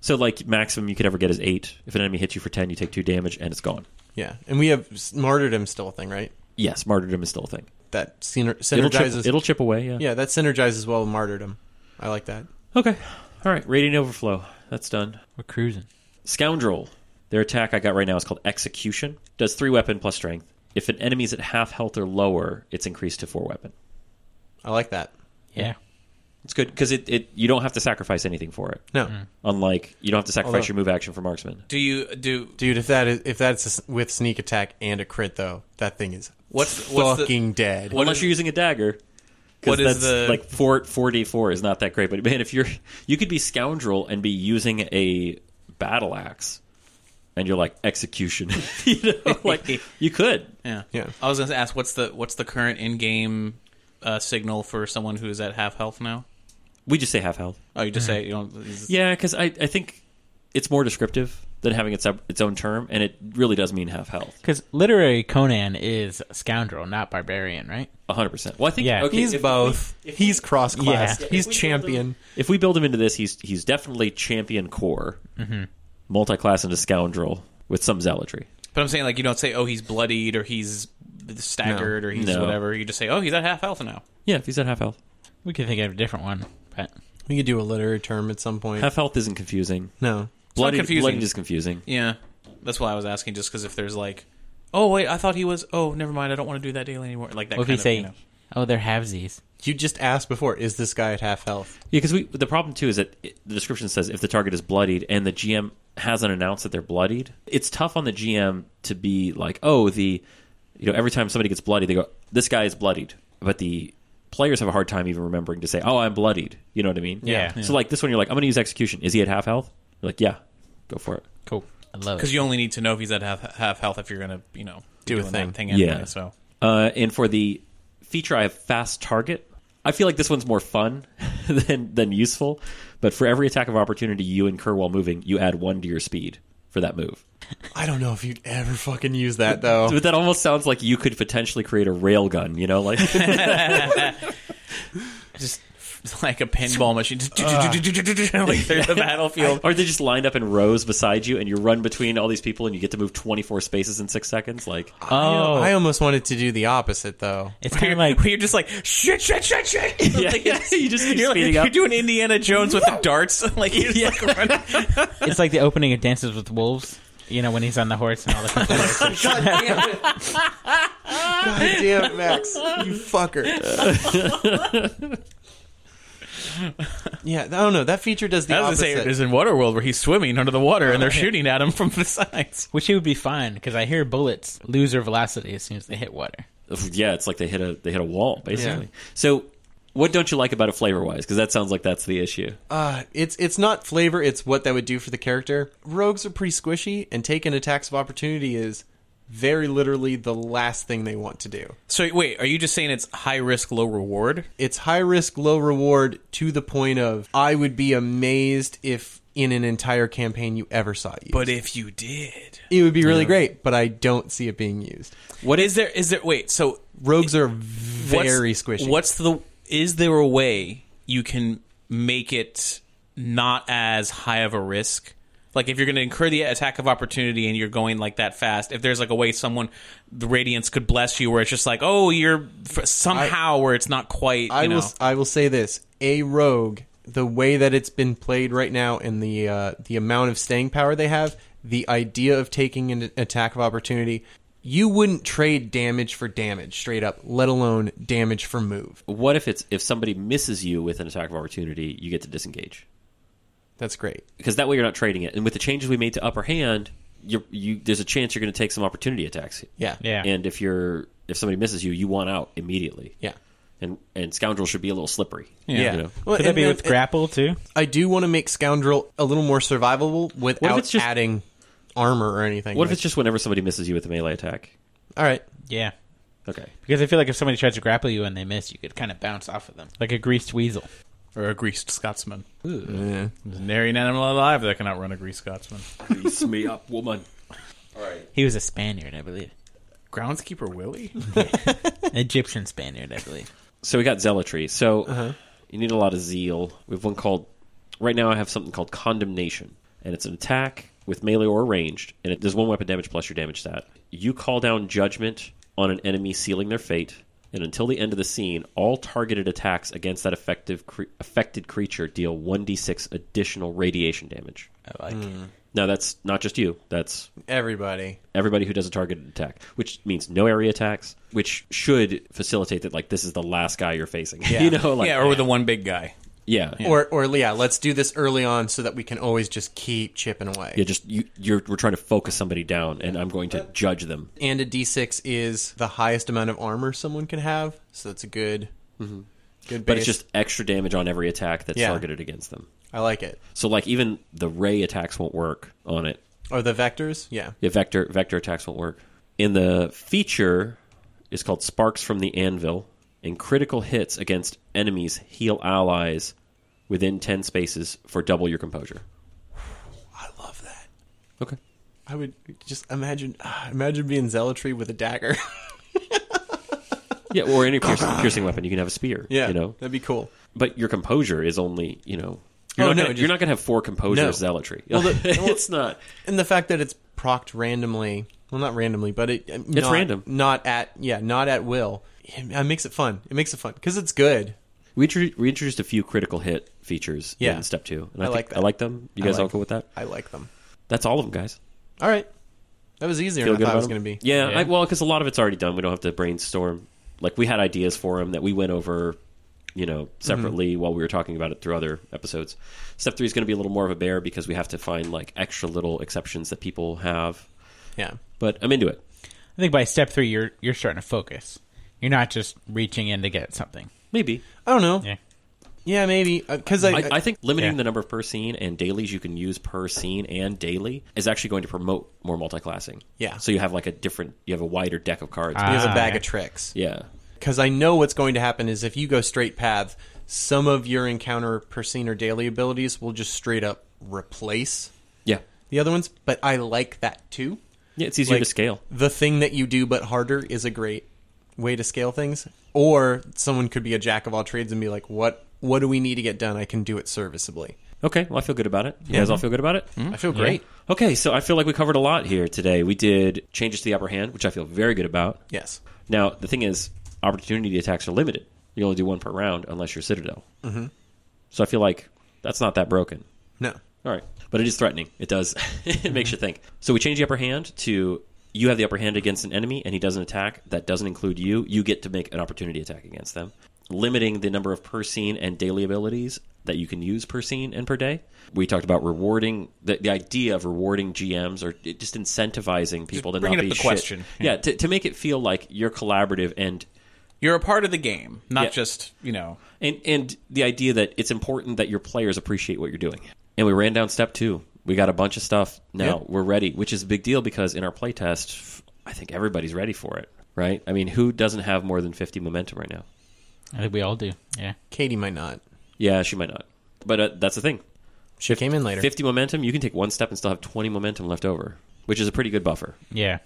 Speaker 2: So, like, maximum you could ever get is eight. If an enemy hits you for ten, you take two damage and it's gone.
Speaker 4: yeah. And we have s- martyrdom still a thing, right?
Speaker 2: Yes, martyrdom is still a thing.
Speaker 4: That syner-
Speaker 2: It'll chip,
Speaker 4: synergizes.
Speaker 2: it'll chip away. Yeah.
Speaker 4: yeah, that synergizes well with martyrdom. I like that.
Speaker 2: Okay. All right. Rating overflow. That's done.
Speaker 5: We're cruising.
Speaker 2: Scoundrel. Their attack I got right now is called Execution. Does three weapon plus strength. If an enemy's at half health or lower, it's increased to four weapon.
Speaker 4: I like that.
Speaker 5: Yeah.
Speaker 2: It's good because it, it you don't have to sacrifice anything for it.
Speaker 4: No,
Speaker 2: Unlike you don't have to sacrifice
Speaker 4: Although-
Speaker 2: your move action for marksman.
Speaker 6: Do you do
Speaker 4: dude, if that is if that's a s with sneak attack and a crit though, that thing is
Speaker 6: what's what's the,
Speaker 4: fucking dead.
Speaker 6: what
Speaker 2: Unless
Speaker 6: is-
Speaker 2: you're using a dagger. 'cause
Speaker 6: What is
Speaker 2: that's
Speaker 6: the-
Speaker 2: like four four d four is not that great, but man, if you're you could be scoundrel and be using a battle axe, and you're like execution, you know, like you could.
Speaker 6: Yeah.
Speaker 4: Yeah.
Speaker 6: I was going to ask what's the what's the current in-game uh, signal for someone who is at half health now?
Speaker 2: We just say half health.
Speaker 6: Oh, you just say you don't is-
Speaker 2: Yeah, because I, I think it's more descriptive than having its its own term, and it really does mean half health,
Speaker 5: Because literary Conan is scoundrel, not barbarian, right?
Speaker 2: hundred percent. Well, I think
Speaker 5: Yeah.
Speaker 2: okay,
Speaker 4: He's
Speaker 2: if-
Speaker 4: both. he's cross class.
Speaker 5: Yeah.
Speaker 4: He's champion.
Speaker 2: If we build him into this, he's he's definitely champion core, multi-class into scoundrel with some zealotry.
Speaker 6: But I'm saying like you don't say oh he's bloodied or he's staggered or he's
Speaker 2: No.
Speaker 6: whatever. You just say oh he's at half health now.
Speaker 2: Yeah, if he's at half health,
Speaker 5: We could think of a different one, but
Speaker 4: We could do a literary term at some point.
Speaker 2: half health isn't confusing.
Speaker 4: no,
Speaker 2: Bloody,
Speaker 6: confusing.
Speaker 2: bloody is confusing.
Speaker 6: Yeah. That's why I was asking just cuz if there's like oh wait, I thought he was oh never mind, I don't want to do that daily anymore. Like that
Speaker 5: what
Speaker 6: kind
Speaker 5: if you
Speaker 6: of,
Speaker 5: say,
Speaker 6: you know.
Speaker 5: "Oh, they're halvesies"?
Speaker 4: you just asked before. Is this guy at half health?
Speaker 2: Yeah, because we the problem too is that it, the description says if the target is bloodied and the GM hasn't announced that they're bloodied, it's tough on the GM to be like, oh, the you know every time somebody gets bloody, they go, this guy is bloodied, but the players have a hard time even remembering to say, oh, I'm bloodied. You know what I mean?
Speaker 5: Yeah.
Speaker 2: So like this one, you're like, I'm going to use execution. Is he at half health? You're like, yeah, go for it.
Speaker 5: Cool. I love it.
Speaker 6: Cuz you only need to know if he's at half, half health if you're going to, you know,
Speaker 4: Do a
Speaker 6: doing that
Speaker 4: thing.
Speaker 6: anyway,
Speaker 2: Yeah.
Speaker 6: So
Speaker 2: Uh, and for the feature, I have fast target. I feel like this one's more fun than than useful. But for every attack of opportunity you incur while moving, you add one to your speed for that move.
Speaker 4: I don't know if you'd ever fucking use that though.
Speaker 2: But that almost sounds like you could potentially create a railgun. You know, like
Speaker 6: just like a pinball machine just like there's the battlefield.
Speaker 2: or they just lined up in rows beside you, and you run between all these people, and you get to move twenty four spaces in six seconds. Like
Speaker 5: oh,
Speaker 4: I almost wanted to do the opposite though.
Speaker 5: it's kind of like
Speaker 6: Where you're just like shit, shit, shit, shit.
Speaker 2: Yeah.
Speaker 6: Like, it's-
Speaker 2: You just keep
Speaker 6: you're, like-
Speaker 2: speeding up.
Speaker 6: you're doing Indiana Jones with the darts, like you're just, like running.
Speaker 5: it's like the opening of Dances with Wolves. You know when he's on the horse and all the people are-
Speaker 4: God damn it. God damn it, Max. You fucker. yeah, I don't know. That feature does the
Speaker 6: I was gonna say,
Speaker 4: opposite.
Speaker 6: there's in Waterworld where he's swimming under the water and they're shooting at him from the sides.
Speaker 5: which it would be fun because I hear bullets lose their velocity as soon as they hit water.
Speaker 2: yeah, it's like they hit a they hit a wall basically. So. What don't you like about it flavor wise? Because that sounds like that's the issue.
Speaker 4: uh, it's it's not flavor, it's what that would do for the character. Rogues are pretty squishy, and taking attacks of opportunity is very literally the last thing they want to do.
Speaker 6: So wait, are you just saying it's high risk, low reward?
Speaker 4: It's high risk, low reward to the point of I would be amazed if in an entire campaign you ever saw it used.
Speaker 6: But if you did,
Speaker 4: it would be really great, but I don't see it being used.
Speaker 6: what is there? Is there wait? So
Speaker 4: Rogues are
Speaker 6: what's-
Speaker 4: very squishy.
Speaker 6: What's the? Is there a way you can make it not as high of a risk? Like if you're going to incur the attack of opportunity and you're going like that fast, if there's like a way someone the radiance could bless you, where it's just like, oh, you're f- somehow where it's not quite.
Speaker 4: I
Speaker 6: you know.
Speaker 4: will I will say this: a rogue, the way that it's been played right now, and the uh, the amount of staying power they have, the idea of taking an attack of opportunity, you wouldn't trade damage for damage straight up, let alone damage for move.
Speaker 2: What if it's if somebody misses you with an attack of opportunity, you get to disengage?
Speaker 4: That's great.
Speaker 2: because that way you're not trading it. And with the changes we made to upper hand, you're, you there's a chance you're going to take some opportunity attacks.
Speaker 4: Yeah.
Speaker 5: Yeah.
Speaker 2: And if you're if somebody misses you, you want out immediately.
Speaker 4: Yeah.
Speaker 2: and and scoundrel should be a little slippery.
Speaker 4: Yeah.
Speaker 2: you know?
Speaker 4: Well,
Speaker 5: Could that
Speaker 4: and-
Speaker 5: be
Speaker 4: and-
Speaker 5: with grapple too?
Speaker 4: I do want to make Scoundrel a little more survivable without
Speaker 2: it's just-
Speaker 4: adding armor or anything.
Speaker 2: What if it's just whenever somebody misses you with a melee attack?
Speaker 4: all right?
Speaker 5: Yeah.
Speaker 2: Okay,
Speaker 5: Because I feel like if somebody tries to grapple you and they miss, you could kind of bounce off of them. Like a greased weasel.
Speaker 6: or a greased Scotsman. There's nary an animal alive that can outrun a greased Scotsman.
Speaker 2: grease me up, woman.
Speaker 5: He was a Spaniard, I believe.
Speaker 6: Groundskeeper Willie.
Speaker 5: Egyptian Spaniard, I believe.
Speaker 2: So we got zealotry. So you need a lot of zeal. We have one called. Right now, I have something called condemnation, and it's an attack with melee or ranged, and it does one weapon damage plus your damage stat. You call down judgment on an enemy, sealing their fate, and until the end of the scene, all targeted attacks against that effective cre- affected creature deal one d six additional radiation damage.
Speaker 5: I like.
Speaker 2: Now that's not just you. That's
Speaker 4: Everybody.
Speaker 2: everybody who does a targeted attack, which means no area attacks, which should facilitate that like this is the last guy you're facing. you know, like
Speaker 6: yeah, or with the one big guy.
Speaker 2: yeah.
Speaker 4: Or or yeah, let's do this early on so that we can always just keep chipping away.
Speaker 2: Yeah, just you, you're we're trying to focus somebody down, and I'm going to judge them.
Speaker 4: And a D6 is the highest amount of armor someone can have, so that's a good, good. Base.
Speaker 2: Mm-hmm. But it's just extra damage on every attack that's
Speaker 4: Yeah.
Speaker 2: targeted against them.
Speaker 4: I like it.
Speaker 2: So like even the ray attacks won't work on it.
Speaker 4: Or the vectors, yeah.
Speaker 2: Yeah, vector vector attacks won't work. In the feature, it's called Sparks from the Anvil, and critical hits against enemies heal allies within ten spaces for double your composure.
Speaker 4: I love that.
Speaker 2: Okay.
Speaker 4: I would just imagine ah, imagine being zealotry with a dagger.
Speaker 2: Yeah, or any piercing, piercing weapon. You can have a spear.
Speaker 4: yeah,
Speaker 2: you know.
Speaker 4: that'd be cool.
Speaker 2: But your composure is only you know. You're
Speaker 4: Oh,
Speaker 2: not
Speaker 4: no,
Speaker 2: gonna,
Speaker 4: just-
Speaker 2: you're not going to have four composure
Speaker 4: No.
Speaker 2: zealotry.
Speaker 4: Well, the-
Speaker 2: it's not.
Speaker 4: And the fact that it's procced randomly, well, not randomly, but it it's
Speaker 2: random.
Speaker 4: not at yeah, not at will. It, it makes it fun. It makes it fun because it's good.
Speaker 2: We, intro- we introduced a few critical hit features
Speaker 4: Yeah.
Speaker 2: in step two, and I,
Speaker 4: I
Speaker 2: think,
Speaker 4: like that.
Speaker 2: I like them. You guys
Speaker 4: like
Speaker 2: all cool with that?
Speaker 4: I like them.
Speaker 2: That's all of them, guys.
Speaker 4: All right, that was easier
Speaker 2: Feel
Speaker 4: than I
Speaker 2: good
Speaker 4: thought it
Speaker 2: about
Speaker 4: was
Speaker 2: them?
Speaker 4: going to be.
Speaker 2: Yeah, I, well, because a lot of it's already done. We don't have to brainstorm. Like we had ideas for them that we went over, you know, separately
Speaker 4: Mm-hmm.
Speaker 2: while we were talking about it through other episodes. Step three is going to be a little more of a bear because we have to find like extra little exceptions that people have.
Speaker 4: yeah.
Speaker 2: But I'm into it.
Speaker 5: I think by step three, you're you're starting to focus. You're not just reaching in to get something.
Speaker 2: Maybe
Speaker 4: I don't know.
Speaker 5: Yeah.
Speaker 4: Yeah, maybe because I,
Speaker 2: I, I think limiting
Speaker 5: Yeah.
Speaker 2: the number per scene and dailies you can use per scene and daily is actually going to promote more multi-classing.
Speaker 4: Yeah.
Speaker 2: So you have like a different, you have a wider deck of cards.
Speaker 4: he has a
Speaker 5: Ah,
Speaker 4: bag
Speaker 5: yeah.
Speaker 4: of tricks.
Speaker 2: yeah.
Speaker 4: Because I know what's going to happen is if you go straight path, some of your encounter per scene or daily abilities will just straight up replace
Speaker 2: Yeah.
Speaker 4: the other ones. But I like that too.
Speaker 2: Yeah. It's easier
Speaker 4: Like,
Speaker 2: to scale.
Speaker 4: The thing that you do but harder is a great way to scale things. Or someone could be a jack of all trades and be like, "What? What do we need to get done? I can do it serviceably."
Speaker 2: Okay. Well, I feel good about it. You guys all feel good about it?
Speaker 4: I feel great.
Speaker 2: Okay. So I feel like we covered a lot here today. We did changes to the upper hand, which I feel very good about.
Speaker 4: Yes.
Speaker 2: Now, the thing is, opportunity attacks are limited. You only do one per round unless you're Citadel. Mm-hmm. So I feel like that's not that broken.
Speaker 4: No.
Speaker 2: All right. But it is threatening. It does. it makes you think. So we change the upper hand to you have the upper hand against an enemy and he does an attack that doesn't include you. You get to make an opportunity attack against them, limiting the number of per scene and daily abilities that you can use per scene and per day. We talked about rewarding the, the idea of rewarding GMs or it- just incentivizing people to
Speaker 6: bringing
Speaker 2: not
Speaker 6: up
Speaker 2: be
Speaker 6: the
Speaker 2: shit.
Speaker 6: question.
Speaker 2: Yeah, to, to make it feel like you're collaborative and
Speaker 6: You're a part of the game, not
Speaker 2: Yeah.
Speaker 6: just you know.
Speaker 2: and and the idea that it's important that your players appreciate what you're doing. And we ran down step two. We got a bunch of stuff. Now we're ready, which is a big deal because in our playtest, I think everybody's ready for it, right? I mean, who doesn't have more than 50 momentum right now?
Speaker 5: I think we all do. Yeah.
Speaker 4: Katie might not.
Speaker 2: Yeah, she might not. But uh, that's the thing.
Speaker 4: She came in later.
Speaker 2: 50 momentum, you can take one step and still have 20 momentum left over, which is a pretty good buffer.
Speaker 5: Yeah.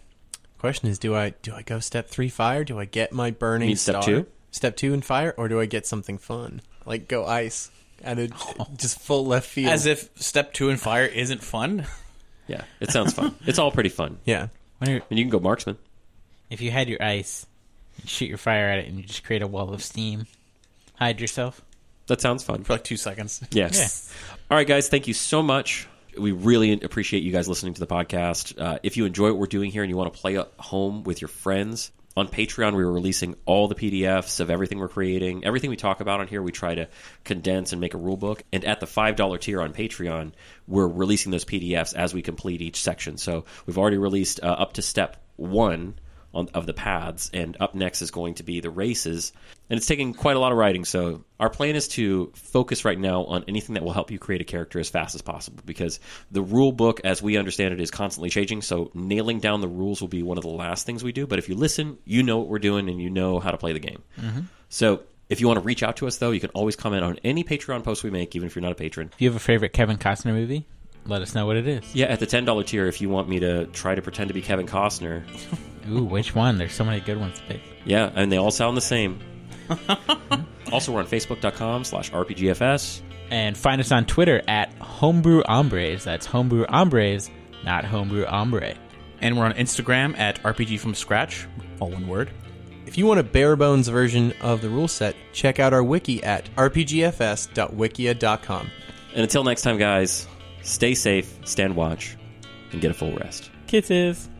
Speaker 4: Question is, do I do I go step three fire? Do I get my burning
Speaker 2: mean step
Speaker 4: star?
Speaker 2: two?
Speaker 4: Step two in fire, or do I get something fun like go ice at a just full left field?
Speaker 6: As if step two in fire isn't fun.
Speaker 2: Yeah, it sounds fun. it's all pretty fun.
Speaker 4: yeah,
Speaker 5: Wonder
Speaker 2: And you can go marksman.
Speaker 5: if you had your ice, you shoot your fire at it, and you just create a wall of steam, hide yourself.
Speaker 2: That sounds fun.
Speaker 6: for like two seconds.
Speaker 2: Yes. All right, guys. Thank you so much. We really appreciate you guys listening to the podcast. Uh, if you enjoy what we're doing here and you want to play at home with your friends, on Patreon, we are releasing all the PDFs of everything we're creating. Everything we talk about on here, we try to condense and make a rule book. And at the $5 tier on Patreon, we're releasing those PDFs as we complete each section. So we've already released uh, up to step one on, of the paths. And up next is going to be the races. And it's taking quite a lot of writing. So our plan is to focus right now on anything that will help you create a character as fast as possible because the rule book, as we understand it, is constantly changing. So nailing down the rules will be one of the last things we do. But if you listen, you know what we're doing and you know how to play the game. So if you want to reach out to us, though, you can always comment on any Patreon post we make, even if you're not a patron.
Speaker 5: If you have a favorite Kevin Costner movie, let us know what it is.
Speaker 2: Yeah, at the ten dollar tier, if you want me to try to pretend to be Kevin Costner,
Speaker 5: Ooh, which one? There's so many good ones to pick.
Speaker 2: yeah, and they all sound the same. also, we're on Facebook.com/slash RPGFS.
Speaker 5: And find us on Twitter at Homebrew Hombres. That's Homebrew Hombres, not Homebrew Hombre.
Speaker 8: And we're on Instagram at RPG from scratch, all one word.
Speaker 4: If you want a bare bones version of the rule set, check out our wiki at rpgfs.wikia.com.
Speaker 2: And until next time, guys, stay safe, stand watch, and get a full rest.
Speaker 5: Kisses.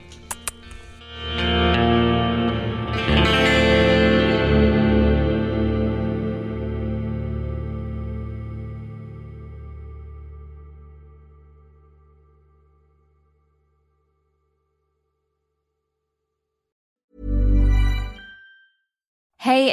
Speaker 6: Hey,